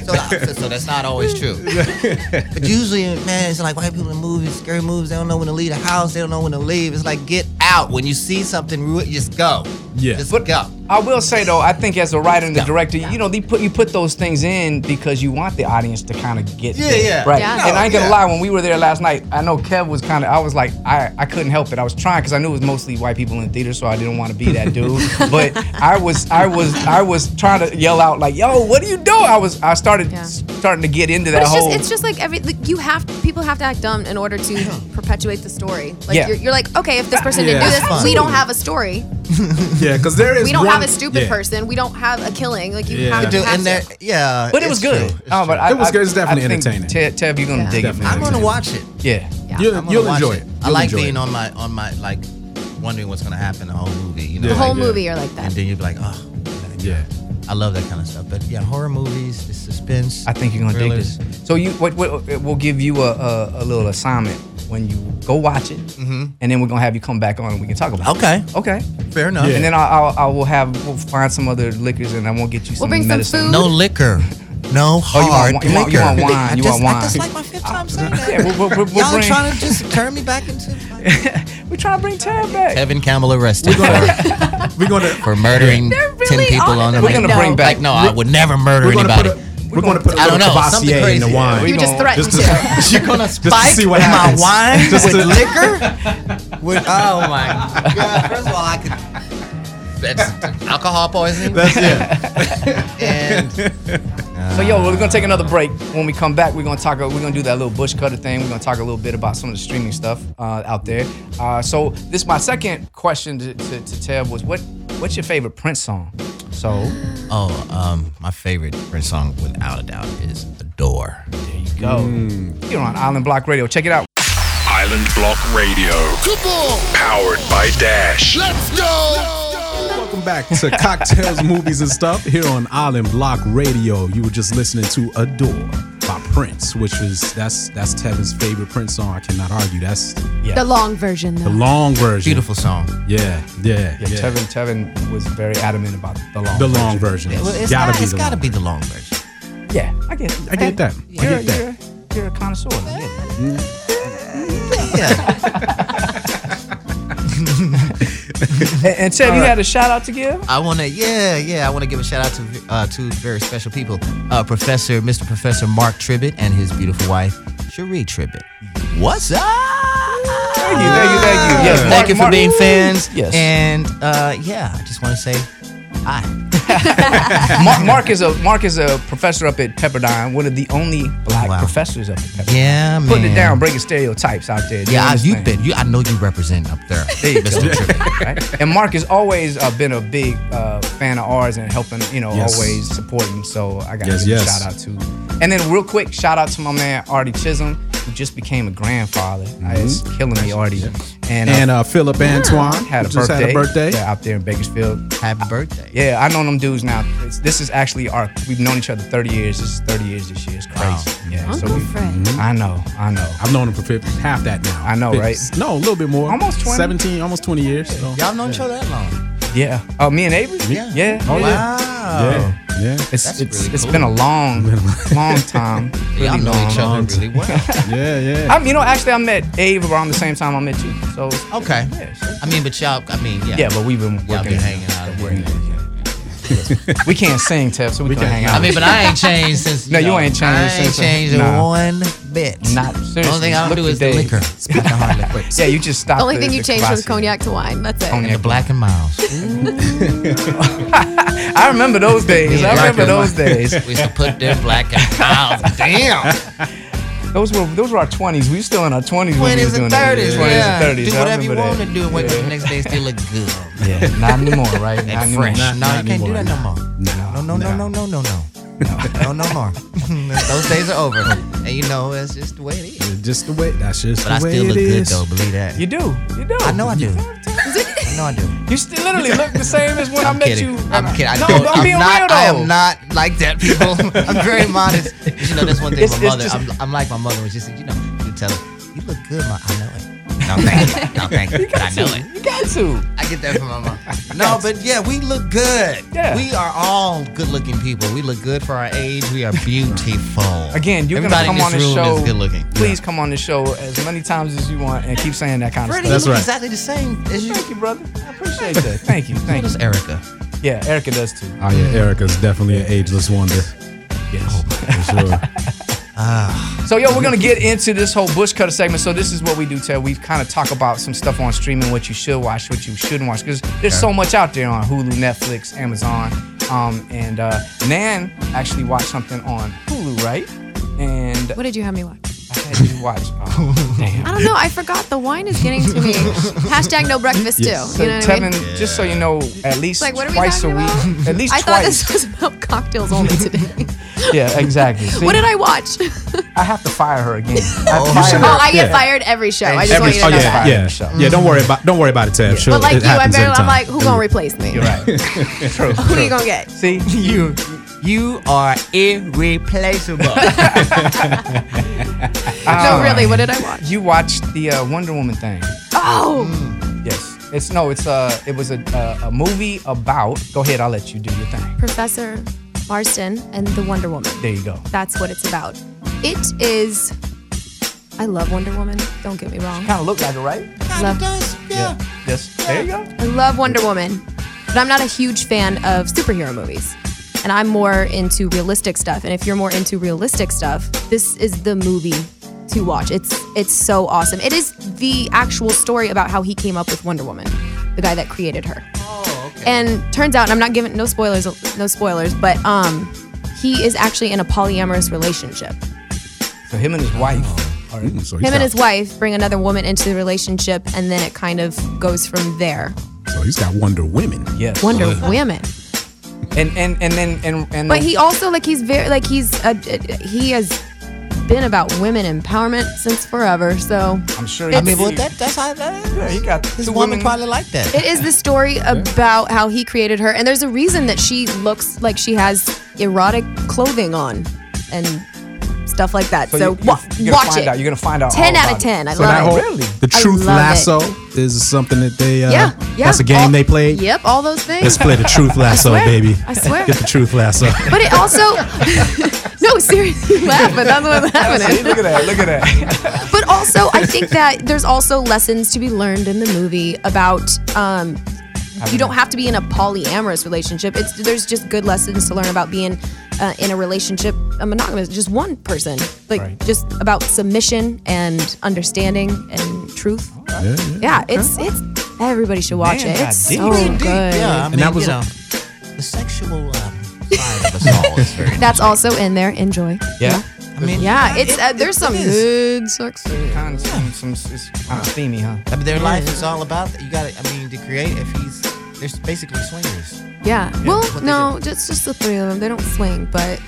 B: So, so, so that's not always true. But usually, man, it's like white people in movies, scary movies. They don't know when to leave the house. They don't know when to leave. It's like get out when you see something. ru- Just go.
F: Yeah.
B: Just
E: But-
B: go.
E: I will say though, I think as a writer and a director, you know, they put you put those things in because you want the audience to kind of get
B: Yeah,
E: there,
B: yeah.
E: right.
G: Yeah.
E: And I ain't gonna
B: Yeah.
E: lie, when we were there last night, I know Kev was kind of. I was like, I, I couldn't help it. I was trying because I knew it was mostly white people in the theater, so I didn't want to be that dude. but I was I was I was trying to yell out like, Yo, what are you doing? I was I started
G: Yeah.
E: starting to get into that
G: But it's
E: whole.
G: just, it's just like every like you have people have to act dumb in order to perpetuate the story. Like
E: Yeah.
G: you're, you're like okay, if this person
F: Yeah.
G: didn't do this,
B: That's
G: we
B: fine.
G: don't have a story.
F: yeah, because there is
G: We don't
F: one-
G: have a stupid
F: yeah.
G: person. We don't have a killing. Like you
F: Yeah.
G: have,
F: Do-
G: to.
B: Dude, and there,
G: have to.
B: yeah.
E: but it was
B: it's
E: good.
B: true, it's
E: No, but
B: true.
E: I,
F: It was
E: I-
F: good. It's definitely
E: I think,
F: entertaining.
E: Te- Tev, you're gonna
G: Yeah.
E: dig it. man.
F: Definitely.
B: I'm gonna watch it.
E: Yeah.
G: Yeah.
F: You'll,
B: I'm gonna
F: you'll
B: watch
F: enjoy it.
B: I
F: You'll
B: like
F: enjoy
B: being
F: it.
B: on my on my like wondering what's gonna happen the whole movie. You know,
G: the
F: Yeah,
G: whole
F: yeah.
G: movie are like
B: and
G: that.
B: then you'd be like, oh,
F: Yeah.
B: I love that kind of stuff. But yeah, horror movies, the suspense.
E: I think you're gonna
B: thrillers.
E: dig this. So you, what, what, we'll give you a, a, a little assignment when you go watch it, and then we're gonna have you come back on and we can talk about
B: Okay,
E: it. Mm-hmm. Okay.
B: fair enough.
F: Yeah.
E: And then I'll, I'll, I will have we'll find some other liquors and I won't get you some
G: bring some
E: medicine.
G: food.
B: No liquor. No
E: Oh, you want
B: hard
E: wi- you want- you
B: liquor.
E: want wine, you
B: I just,
E: want
B: I just
E: wine.
B: like my fifth time saying that.
E: Yeah, we'll- we'll- we'll
B: Y'all
E: bring-
B: trying to just turn me back into
E: We're trying to bring Tab back.
B: Kevin Campbell arrested for,
F: We're gonna
B: for murdering ten
G: really
B: people on
G: on
B: the
G: it
E: We're gonna
G: No.
E: bring back.
B: like no, I would never murder
F: we're gonna
B: anybody.
F: put a, we're gonna put a
B: I
F: little
B: don't know, something
F: Cavassier in the
B: crazy.
F: wine.
G: You just
E: gonna-
G: threatened
F: just
G: to.
F: to,
B: You're gonna
F: to
B: spike
F: see what
B: my
F: happens.
B: wine
F: Just
B: with
F: to-
B: liquor? With oh my god! First of all, I could. That's alcohol poisoning.
F: that's it.
B: and
E: So yo, we're gonna take another break. When we come back, we're gonna talk. We're gonna do that little bush cutter thing. We're gonna talk a little bit about some of the streaming stuff uh, out there. Uh, so this my second question to, to, to Tab was what what's your favorite Prince song? So
B: oh, um, my favorite Prince song without a doubt is "The Door."
E: go. You're on Island Block Radio. Check it out.
A: Island Block Radio. Powered by Dash.
F: Welcome back to Cocktails, Movies, and Stuff here on Island Block Radio. You were just listening to Adore by Prince, which was that's that's Tevin's favorite Prince song. I cannot argue. That's
E: Yeah.
G: The long version, though.
F: the long version.
B: Beautiful song.
F: Yeah, yeah,
E: yeah,
F: yeah.
E: Tevin, Tevin was very adamant about the long.
F: the long version.
B: Well, it's
F: gotta
B: not-
F: be
B: it's
F: the
B: got to
F: long
B: be the long version.
E: Yeah, I get it.
F: I get that. I
E: You're,
F: get that.
E: you're, you're a connoisseur. I get it.
B: Yeah.
E: And, and Tev, you had a shout out to give?
B: I want to, yeah, yeah. I want to give a shout out to uh, two very special people, uh, Professor, Mr. Professor Mark Tribbett, and his beautiful wife, Cherie Tribbett. What's up? Thank
E: you, thank you, thank you. Yes,
B: thank
E: Mark-
B: you for
E: Mark-
B: being fans.
E: Yes.
B: and uh, yeah, I just want to say hi.
E: Mark, Mark is a Mark is a professor up at Pepperdine, one of the only black
B: Wow.
E: professors up at Pepperdine.
B: Yeah, man.
E: Putting it down, breaking stereotypes out there. doing
B: Yeah, I,
E: his
B: you've
E: thing,
B: been. You, I know you represent up there, Mr. Tribbett.
E: right? And Mark has always uh, been a big uh, fan of ours and helping, you know,
F: Yes.
E: always supporting. So I got to
F: Yes,
E: give
F: yes.
E: a shout out to. And then real quick, shout out to my man Artie Chisholm, who just became a grandfather. Uh, It's killing me, Artie. And, uh,
F: Mm-hmm. And uh, Philip Antoine
E: had a
F: who just
E: birthday.
F: had a birthday.
E: Yeah, out there in Bakersfield.
B: Happy birthday.
E: Yeah, I know them dudes now. It's, this is actually our. We've known each other 30 years. This is 30 years this year. It's crazy. Yeah.
D: Uncle
E: we-
D: Fred.
E: I know. I know.
F: I've known him for 50, half that now.
E: I know, right?
F: No, a little bit more.
E: Almost 20.
F: 17, almost 20 years. so-
B: Y'all known each other that long?
E: Yeah. Oh, me and Avery.
F: Yeah.
E: Yeah.
F: Oh,
E: yeah.
B: Wow.
F: Yeah, yeah,
E: It's
B: That's
E: it's
B: really
E: it's
B: cool.
E: been a long, long time. Really
B: Y'all know
E: long.
B: each other really well.
F: yeah, yeah.
E: I'm, you know, actually, I met Ave around the same time I met you. So it's-
B: Okay.
E: Yeah, so-
B: I mean, but y'all, I mean, yeah.
E: yeah, but we've been
B: y'all
E: working,
B: been hanging out. and working.
E: We can't sing, Tef, so we, can hang out.
B: I mean, but I ain't changed since.
E: No, you
B: know,
E: ain't changed
B: I ain't
E: since- uh,
B: changed
E: nah.
B: one bit.
E: Not-
B: The
E: seriously,
B: only thing I
E: look
B: don't do is
E: today.
B: the liquor. Speak the hard liquor.
E: yeah, you just stopped.
G: The only
E: the-
G: thing you
E: the
G: changed was
E: Kvassi.
G: cognac to wine. That's it.
E: Cognac.
B: The Black and Miles.
E: I remember those days. I
B: Black
E: remember
B: and
E: those
B: Miles.
E: days.
B: We used to put their Black and Miles. Damn.
E: Those were those were our twenties. We were still in our twenties when we were
B: Twenties
E: doing
B: and
E: that.
B: thirties.
E: 20s
B: Yeah.
E: and thirties.
B: Do
E: I
B: whatever you
E: remember
B: want
E: that.
B: to do. and wake up The next day still look good.
E: Yeah, not anymore, right? Not
B: And
E: anymore.
B: fresh. No,
F: not
B: you can't do that
F: anymore,
B: no more. No, no, no, no, no, no, no. No, no more. Those days are over. And you know, it's just the way it is.
F: Just the way. That's just
B: But I
F: the way
B: still
F: it
B: look good
F: is.
B: though. Believe that.
E: You do. You do.
B: I know I do. I know I do.
E: You still literally look the same as when i
B: I'm
E: met
B: kidding.
E: you.
B: I'm kidding. I
E: No,
B: don't,
E: but I'm
B: I'm
E: being
B: not,
E: real
B: I
E: though.
B: am not like that, people. I'm very modest. But you know, that's one thing.
E: It's-
B: my
E: it's
B: mother,
E: just-
B: I'm, I'm like my mother when she said, you know, you tell her, you look good, ma. I know it. No, thank you. No, thank you. But I know it.
E: You got to.
B: I get that from my mom. No, but yeah, we look good.
E: Yeah.
B: We are all good-looking people. We look good for our age. We are beautiful.
E: Again, you're
B: Everybody
E: gonna
B: in
E: come on
B: this
E: this
B: room
E: show.
B: is good-looking.
E: Please come on the show as many times as you want and keep saying that kind of
B: Freddie, you
E: stuff.
F: That's
B: look
F: right.
B: exactly the same as you.
E: Thank you, brother. I appreciate that. Thank you.
B: So
E: Thank you.
B: does Erica.
E: Yeah, Erica does too.
F: Oh yeah, Erica's definitely an ageless wonder.
B: Oh,
E: Yes.
F: For sure.
E: So, yo, we're gonna get into this whole bush cutter segment. So, this is what we do, Ted. We kind of talk about some stuff on streaming, what you should watch, what you shouldn't watch, because there's so much out there on Hulu, Netflix, Amazon. Um, and uh, Nan actually watched something on Hulu, right? And
G: What did you have me watch?
E: I had you watch. Oh, damn.
G: I don't know. I forgot. The wine is getting to me. Hashtag no breakfast too.
E: So,
G: You know what I
E: Tevin,
G: mean?
E: just so you know, at least
G: Like, what are we
E: twice a
G: talking
E: week.
G: about?
E: At least
G: I thought
E: twice.
G: this was about cocktails only today.
E: yeah, exactly. See,
G: what did I watch?
E: I have to fire her again.
B: Oh,
E: I
B: you
E: fire
B: should
E: her.
G: Oh, I get
F: Yeah.
G: fired every show. I just
E: Every-
G: want you to
F: oh
G: know
F: yeah,
G: that.
F: yeah,
E: Show.
F: yeah. Don't worry about don't worry about it, Tab. Sure,
G: But like
F: it
G: you, I
F: happens
G: better,
F: every
G: I'm
F: time.
G: like, who gonna replace me?
E: You're right. True.
G: Who are you gonna get?
E: See,
B: You, you are irreplaceable.
G: no, really. What did I watch?
E: you watched the uh, Wonder Woman thing.
G: Oh,
E: Yes. It's no. It's uh. It was a uh, a movie about. Go ahead. I'll let you do your thing.
G: Professor Marston and the Wonder Woman.
E: There you go.
G: That's what it's about. It is. I love Wonder Woman. Don't get me wrong.
E: Kind of looked like it, right?
G: Love,
E: Yeah. Yes. There you go.
G: I love Wonder Woman, but I'm not a huge fan of superhero movies. And I'm more into realistic stuff. And if you're more into realistic stuff, this is the movie to watch. It's it's so awesome. It is the actual story about how he came up with Wonder Woman, the guy that created her. And turns out, and I'm not giving no spoilers, no spoilers, but um, he is actually in a polyamorous relationship.
E: So him and his wife. Are,
F: Mm, so
G: Him and his wife bring another woman into the relationship, and then it kind of goes from there.
F: So he's got Wonder Women.
E: yes.
G: Wonder Women.
E: And and and then and and.
G: But
E: the-
G: he also like he's very like he's a, he has been about women empowerment since forever. So
E: I'm sure.
B: I
E: he-
B: mean, well, that, that's how that is.
E: Yeah, he got
B: His
E: two
B: woman
E: women-
B: probably like that.
G: it is the story about how he created her, and there's a reason that she looks like she has erotic clothing on and stuff like that. So,
E: you-
G: wa-
E: you're gonna
G: watch
E: find
G: it.
E: out- you're gonna find out
G: Ten
E: all
G: out of
E: about it.
G: ten. I
F: So
G: love
F: that
G: it.
F: whole
E: Really?
F: the
G: I
F: truth
G: love
F: lasso is something that they uh,
G: Yeah, yeah.
F: that's a game
G: All-
F: they played.
G: Yep, all those things.
F: Let's play the truth lasso,
G: swear.
F: baby.
G: I swear.
F: Get the truth lasso.
G: But it also, no, seriously, laugh, but that's what's
E: See,
G: happening.
E: look at that. Look at that.
G: But also, I think that there's also lessons to be learned in the movie about um, you don't have to be in a polyamorous relationship. It's there's just good lessons to learn about being uh, in a relationship, a monogamous, just one person, like
E: Right.
G: just about submission and understanding and truth.
F: Yeah, yeah.
G: Yeah, it's it's everybody should watch
E: Man,
G: it. It's
E: God,
G: so
E: deep.
G: Oh, good.
B: Yeah, I mean,
F: that was-
B: you know, the sexual um, side of us all is very.
G: That's also in there. Enjoy.
E: Yeah.
B: I mean,
G: Yeah, it's uh, there's some
B: is.
G: good sex.
E: Kind of, some, some, it's kind of steamy, huh?
B: I mean, their life is all about. That. You got to. I mean, to create, if he's, they're basically swingers.
G: Yeah.
B: what
G: Well,
B: they
G: no, just just the three of them. They don't swing, but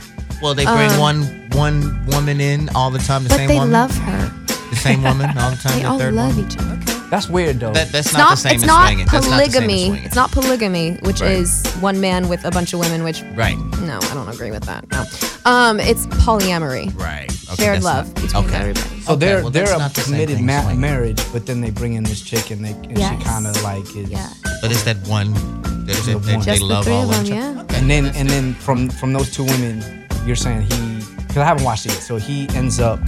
B: Well, they bring
G: Um,
B: one one woman in all the time. The
G: but
B: same
G: they
B: woman.
G: love her.
B: the same woman all the time.
G: They
B: the
G: all
B: third
G: love
B: woman.
G: each other.
E: That's weird though.
B: That, that's
G: It's
B: not, the same
G: it's
B: as
G: not
B: swinging. That's not the same as
G: polygamy.
B: swinging.
G: It's not polygamy, which
B: Right.
G: is one man with a bunch of women. Which
B: Right.
G: no, I don't agree with that. No, um, it's polyamory.
B: Right. Okay,
G: Shared
B: that's
G: love
B: not-
G: between
B: okay. Oh,
G: everybody.
B: Okay,
E: so Oh, they're
B: well, that's
E: they're a
B: not the same
E: committed
B: thing as
E: ma-
B: swinging.
E: marriage, but then they bring in this chick and they and
G: Yes.
E: she kind of like is.
G: Yeah.
B: But it's that one. That is
E: The
B: it. They,
E: one.
B: they
G: Just the
B: love
G: three
B: all
G: of them.
B: each other.
G: Yeah.
E: And then and then from from those two women, you're saying he because I haven't watched it yet, so he ends up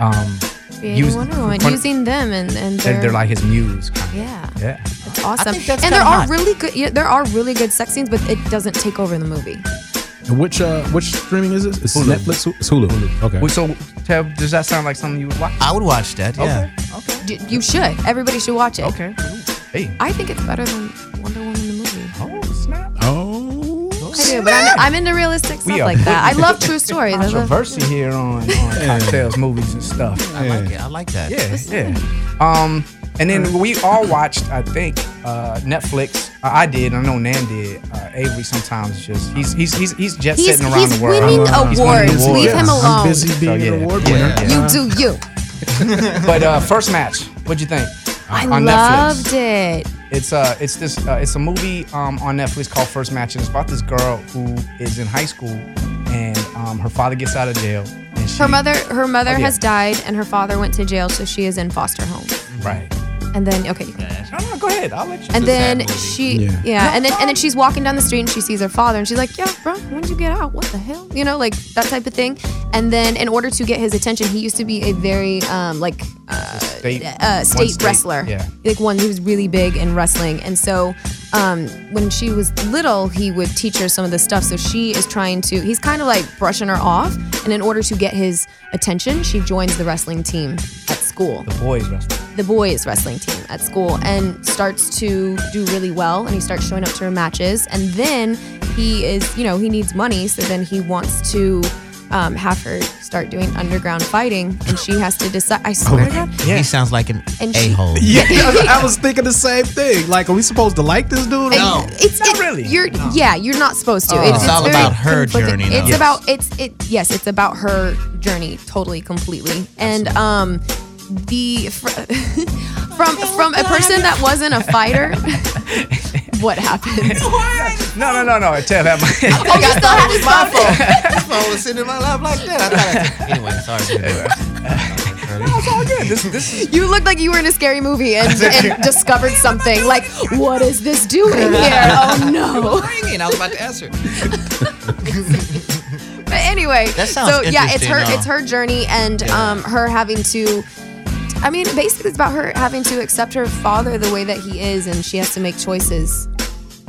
E: um
G: Creating
E: use-
G: Wonder Woman,
E: con-
G: using them and and
E: they're,
G: their,
E: they're like his muse. Kind of.
G: yeah.
E: Yeah.
G: It's awesome,
B: think that's
G: and there
B: kinda
G: are
B: hot.
G: really good. Yeah, there are really good sex scenes, but it doesn't take over the movie.
F: And which uh, which streaming is this? It's Netflix. It's Hulu. Okay.
E: Well, So Tev, does that sound like something you would watch?
B: I would watch that. Yeah.
E: Okay.
G: D- You should. Everybody should watch it.
E: Okay. Hey.
G: I think it's better than Wonder Woman the movie.
E: Oh snap.
F: oh.
G: I do, but I'm, I'm into realistic stuff
E: are
G: like that. I love true stories. I love,
E: Controversy here on, on cocktails, movies, and stuff.
B: I like it. I like that.
E: Yeah, yeah. Um, and then we all watched, I think, uh, Netflix. I I did. I know Nan did. Uh, Avery sometimes just he's he's he's, he's jet
G: he's
E: setting around
G: he's
E: the world.
G: winning
E: Uh, he's winning
G: awards. Leave
E: awards.
G: him alone.
F: I'm busy being
E: So,
F: an
E: yeah.
F: award
B: Yeah.
F: winner.
B: Yeah.
G: You do you.
E: But uh, first match, what'd you think?
G: I
E: on
G: loved
E: Netflix.
G: it.
E: It's uh, it's this uh, it's a movie um, on Netflix called First Match, and it's about this girl who is in high school, and um, her father gets out of jail, and she,
G: Her mother her mother
E: Oh, yeah.
G: has died and her father went to jail, so she is in foster home.
E: right?
G: And then okay. you can-
E: No, no, go ahead. I'll let you.
G: And then
B: movie.
G: she
F: Yeah.
G: yeah, and then and then she's walking down the street and she sees her father and she's like, "Yo, bro, when did you get out? What the hell?" You know, like that type of thing. And then in order to get his attention, he used to be a very um like uh,
E: state,
G: uh,
E: one
G: state, wrestler.
E: Yeah.
G: Like one who was really big in wrestling. And so um, when she was little, he would teach her some of the stuff. So she is trying to, he's kind of like brushing her off. And in order to get his attention, she joins the wrestling team at school,
E: The boys wrestler.
G: the boys' wrestling team at school, and starts to do really well. And he starts showing up to her matches. And then he is, you know, he needs money. So then he wants to. Um, have her start doing underground fighting, and she has to decide. I swear
E: Oh,
G: to God,
B: He sounds like an
G: And she-
B: a hole.
F: Yeah, I was thinking the same thing. Like, are we supposed to like this dude?
G: And
B: No. Oh.
G: it's
E: Not
G: it-
E: really.
G: You're yeah, you're not supposed to.
B: It's all
G: very
B: about her
G: conflicting.
B: journey, though.
G: It's
B: Yes.
G: about it's it. Yes, it's about her journey, totally, completely, and um, the fr- from from a person that wasn't a fighter. what happened?
E: Oh, No, no, no, no. Tev, have my.
G: Oh, you still had his phone?
B: This phone was sitting in my lap like that. I thought. I- anyway, sorry. to interrupt.
E: this this is
G: You looked like you were in a scary movie and, and discovered something. Like, what is this doing here? Oh no.
B: Ringing. I was about to answer.
G: But anyway,
B: That sounds
G: so yeah, it's
B: interesting,
G: her
B: though.
G: it's her journey and um her having to I mean, basically it's about her having to accept her father the way that he is and she has to make choices.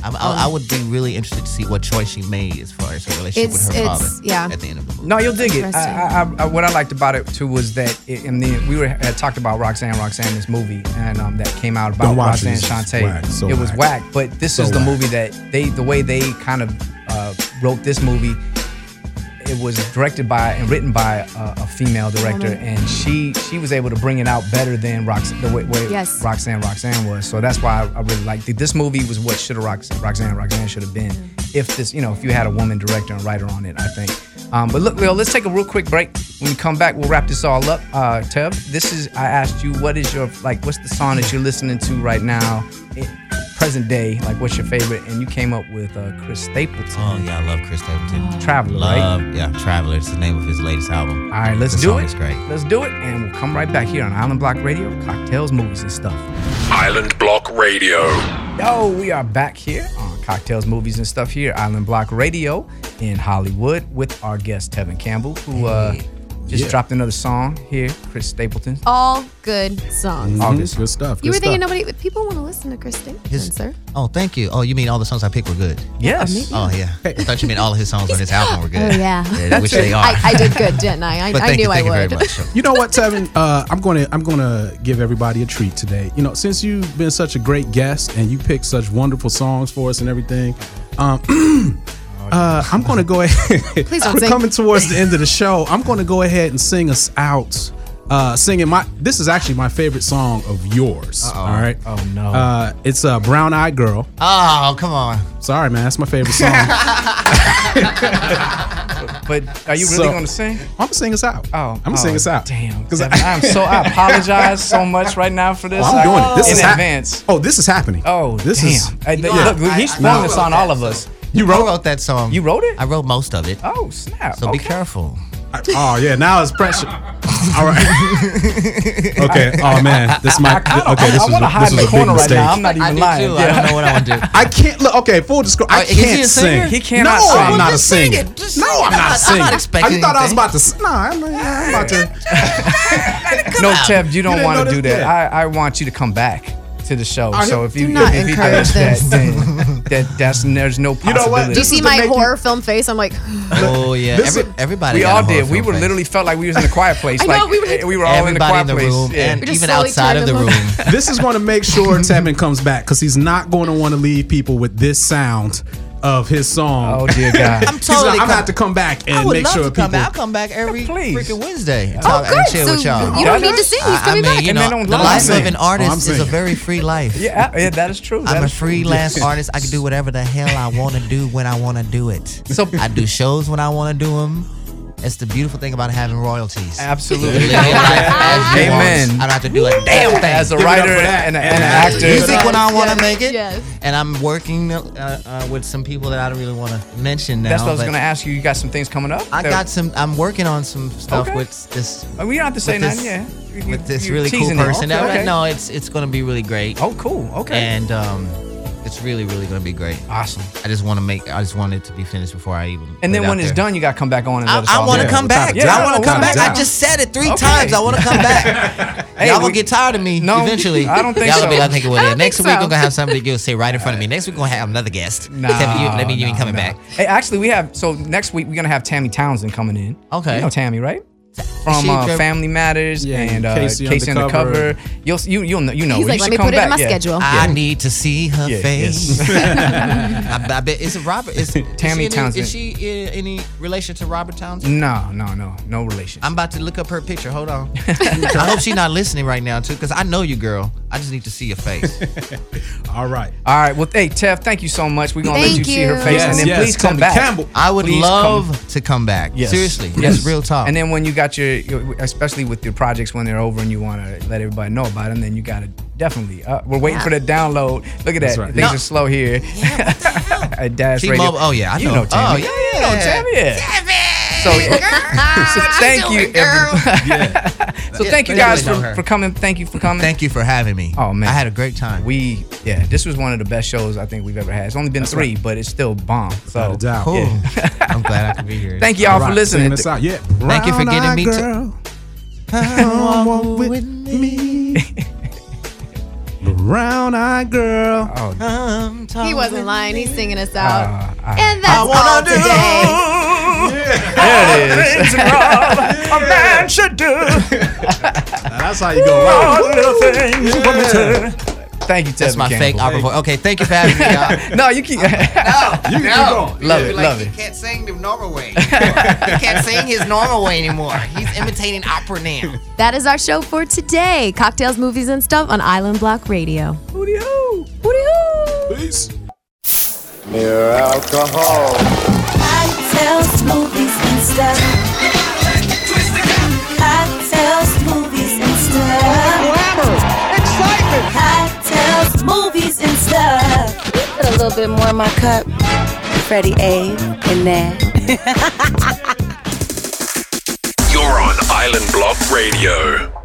B: I, I, I would be really interested to see what choice she made as far as her relationship
G: It's-
B: with her
G: it's-
B: father.
G: yeah.
B: At the end of the movie.
E: No, you'll dig it. I,
G: Interesting.
E: I, I, what I liked about it too was that, it, and then we were had talked about Roxanne, Roxanne, this movie, and um, that came out about
F: Don't watch it.
E: Roxanne
F: It's
E: Shante.
F: whack. So
E: it was
F: whack.
E: whack, but this
F: So
E: is the
F: whack.
E: movie that they, the way they kind of uh, wrote this movie, it was directed by and written by a, a female director, and she she was able to bring it out better than Roxanne, the way, way
G: Yes.
E: Roxanne, Roxanne was. So that's why I, I really liked it. This movie was what should have Rox, Roxanne, Roxanne should have been. If this, you know, if you had a woman director and writer on it, I think. Um, but look, Leo, let's take a real quick break. When we come back, we'll wrap this all up. Uh, Teb, this is I asked you, what is your like? What's the song that you're listening to right now? It, pre- eh, present day, like what's your favorite? And you came up with uh, Chris Stapleton,
B: Oh yeah, I love Chris Stapleton.
E: Traveler, right?
B: Love, yeah, Traveler. It's the name of his latest album.
E: All right, let's
B: The
E: do
B: song
E: it.
B: is great.
E: Let's do it, and we'll come right back here on Island Block Radio, cocktails, movies, and stuff.
A: Island Block Radio.
E: Yo, we are back here on Cocktails, Movies, and Stuff here, Island Block Radio in Hollywood with our guest, Tevin Campbell, who uh, just dropped another song here, Chris Stapleton.
F: Mm-hmm.
G: All good
B: Mm-hmm.
G: songs.
E: All
F: Mhm.
E: this-
F: Good stuff.
G: You
F: good
G: were thinking
F: stuff.
G: nobody, people want to listen to Chris Stapleton,
B: His-
G: sir.
B: Oh, thank you. Oh, you mean all the songs I picked were good?
E: Yes.
B: Oh yeah. I thought you meant all of his songs on his album were good.
G: Oh, yeah.
B: which they are.
G: I, I did good, didn't I? I,
B: Ah. but
G: I
B: thank
G: knew
B: you,
G: I
B: thank you very
G: would.
B: much.
F: You know what, Tevin? Uh, I'm gonna I'm gonna give everybody a treat today. You know, since you've been such a great guest and you picked such wonderful songs for us and everything, um, uh, I'm gonna go ahead.
G: Please don't
F: We're
G: sing.
F: coming towards the end of the show. I'm gonna go ahead and sing us out. Uh, singing my this is actually my favorite song of yours. All right.
E: Oh, no.
F: Uh, it's uh, Brown Eyed Girl.
B: Oh come on.
F: Sorry, man. That's my favorite song.
E: but are you really
F: so-
E: going to sing?
F: I'm gonna sing us out.
E: Oh,
F: I'm gonna sing
E: oh,
F: us out.
E: Damn,
F: 'Cause
E: Tevin, I'm so I apologize so much right now for this. uh,
F: Well, I'm doing it. This
E: in
F: is hap-
E: advance.
F: Oh, this is happening.
E: Oh,
F: this
E: damn.
F: is.
E: Hey, th-
B: know,
E: look,
B: I-
E: he
B: I-
E: swung
B: I
E: this
B: wrote
E: on
B: that,
E: all of
B: so-
E: us.
B: You wrote, that song.
E: You wrote it?
B: I wrote most of it.
E: Oh snap!
B: so be
E: Okay.
B: careful.
F: Oh yeah, now it's pressure. All right. okay. Oh man, this might. Okay, this
E: I want
F: is
E: to
F: this
E: hide in the
F: is a big
E: corner right
F: mistake.
E: now. I'm not even lying.
B: I don't know what I would do.
F: I can't look. Okay, full disclosure. I
B: Oh, is he a
F: can't
B: singer?
F: sing.
E: Uh, He cannot
F: no,
E: sing.
F: I'm
E: Well,
F: not a
B: just sing
F: singer.
B: it. Just
F: no,
B: sing it.
F: I'm
B: I'm
F: not a
B: not- I'm
F: singer.
B: not expecting
F: You thought I was
B: anything.
F: about to? s- No, I'm, not- I'm about to.
E: no, Tev, you don't
F: didn't
E: want
F: know
E: to do
F: this?
E: that. I, I want you to come back to the show. so if you
G: do not
E: if he does
G: encourage
E: that,
G: this.
E: then that that's there's no
F: You know
E: possibility.
F: what?
G: Do you
F: This
G: see
F: is to
G: my
F: make you-
G: horror film face? I'm like,
B: Oh yeah,
F: This
B: Every,
F: is-
B: everybody.
E: we
B: got a
E: all
B: horror
E: did. We
B: film
E: were
B: face.
E: literally felt like we was in a quiet place.
G: I know,
E: like
G: we were-
E: eh, we were all in the
B: everybody
E: quiet
B: in the
E: place.
B: room
E: Yeah.
B: and
G: just
B: even
G: slowly
B: outside of
G: turned
B: the
G: them
B: room.
G: on.
F: This is going to make sure Tevin comes back because he's not going to want to leave people with this sound of his song.
E: oh dear God.
B: I'm
F: He's
B: totally.
F: like, I'm
B: com-
F: gonna have to come back
B: I
F: and
B: would
F: make
B: love
F: sure
B: to
F: people.
B: come back. I'll come back every
E: Please.
B: freaking Wednesday and
G: oh,
B: talk and
G: good.
B: chill
G: So
B: with y'all.
G: you don't need to sing. He's
B: I, I
G: coming
B: mean,
G: back.
B: you
E: And
B: know,
E: then on
B: the
E: live
B: life
E: singing.
B: of an
F: Oh, I'm
B: artist is a
F: singing.
B: very free life.
E: yeah, yeah, that is true.
B: I'm
E: That
B: a
E: is true.
B: freelance artist. I can do whatever the hell I want to do when I want to do it.
E: So-
B: I do shows when I want to do them. That's the beautiful thing about having royalties.
E: Absolutely.
B: Live your life as you want.
E: Amen.
B: I don't have to do a damn thing.
E: As a
F: Give it up
E: writer
F: for that.
E: and, a,
F: And
E: and an
F: an
E: actor,
B: music
G: Yes,
B: when I want to
G: yes,
B: make it,
G: yes.
B: and I'm working uh, uh, with some people that I don't really want to mention now.
E: that's what I was
B: but
E: gonna ask you. You got some things coming up?
B: I got some. I'm working on some stuff
E: Okay.
B: with this
E: Uh, We don't have to say
B: with
E: nothing.
B: this-
E: yeah. You- you-
B: with this
E: you're
B: really cool
E: teasing it.
B: person.
E: Okay,
B: No,
E: okay.
B: No, it's it's gonna be really great,
E: Oh, cool. Okay.
B: and um, it's really really gonna be great.
E: awesome.
B: I just want to make. I just want it to be finished before I even.
E: And then
B: put it
E: when
B: out
E: it's
B: there.
E: done, you got to come back on and let us
B: I,
E: all
B: want to
E: know.
B: come back.
E: Yeah,
B: I want
E: without
B: to come
E: a
B: back.
E: doubt.
B: I just said it three
E: Okay.
B: times. I want to come back.
E: Hey,
B: Y'all gonna
E: we-
B: get tired of me
E: No,
B: eventually.
E: I don't think
B: Y'all
E: so.
B: gonna be like, thinking,
G: I
B: well, yeah,
G: don't
B: next
G: think
B: week we're
G: so.
B: gonna have something to say right in front of me. Next week we're gonna have another guest.
E: No,
B: Except you, that means you ain't
E: no,
B: coming
E: no.
B: back.
E: Hey, actually, we have so next week we're gonna have Tammy Townsend coming in.
B: Okay.
E: you know Tammy, right? From
B: she
E: uh,
B: the-
E: Family Matters
F: Yeah,
E: and uh, Casey,
F: Casey
E: Undercover.
F: Undercover.
E: You'll you you'll know you know.
G: he's
E: her.
G: like,
E: you
G: let
E: should
G: me
E: come
G: put it
E: back.
G: in my
E: yeah.
G: schedule.
B: I need to see her
E: Yeah,
B: face. I, I bet it's a Robert. Is, is
E: Tammy
B: she any-
E: Townsend.
B: Is she in any relation to Robert Townsend?
E: No, no, no, no relation.
B: I'm about to look up her picture. Hold on. I hope she's not listening right now too, because I know you, girl. I just need to see your face.
F: All right.
E: All right. Well, hey Tev, thank you so much. We're gonna let you
G: Thank
E: see her
G: you.
E: face, and then please come
F: Tevin
E: back.
F: Campbell.
B: I would
E: Please
B: love
E: come-
B: to come back.
E: Yes.
B: Seriously,
E: Yes.
B: that's real talk.
E: And then when you got your, your- especially with your projects when they're over and you want to let everybody know about them, then you got to definitely. Uh, we're waiting for the download. Look at that.
F: right.
E: Things
B: No.
E: are slow here. At Dash Radio.
B: T-Mobile. Oh yeah, I
E: you
B: know.
E: know
B: Oh
E: Tammy.
B: yeah,
E: You know Tammy. Yeah. So, so thank you. every- so thank you
B: Yeah,
E: guys
B: they know
E: for,
B: her.
E: for coming. Thank you for coming.
B: Thank you for having me.
E: Oh, man.
B: I had a great time.
E: we yeah, this was one of the best shows I think we've ever had. It's only been three, but it's still bomb. So
F: Without a doubt.
B: cool. I'm glad I could be here.
E: thank y'all all
F: All
E: for
F: right,
E: listening.
F: sing this out. Yeah.
B: Thank you for getting me to-
F: Brown-eyed with me. Brown eyed girl.
E: Oh,
G: He wasn't lying. He's singing us
B: Ah,
G: out.
E: I-
G: and that's all today.
E: there it is.
F: A man should do. That's how you go around.
E: Thank you, Tevin
B: That's my fake
E: Campbell.
B: opera voice. Okay, thank you for having me, y'all.
E: No, you keep.
F: You can keep going.
E: Love it, love it.
B: can't sing the normal way. he can't sing his normal way anymore. He's imitating opera now.
G: That is our show for today. Cocktails, movies, and stuff on Island Block Radio.
F: Peace.
C: Mere alcohol.
D: Cocktails, movies, and stuff. Cocktails, movies, and stuff. Glamour, excitement. Cocktails, movies, and stuff. bit more in my cup. Freddie A. in that.
A: You're on Island Block Radio.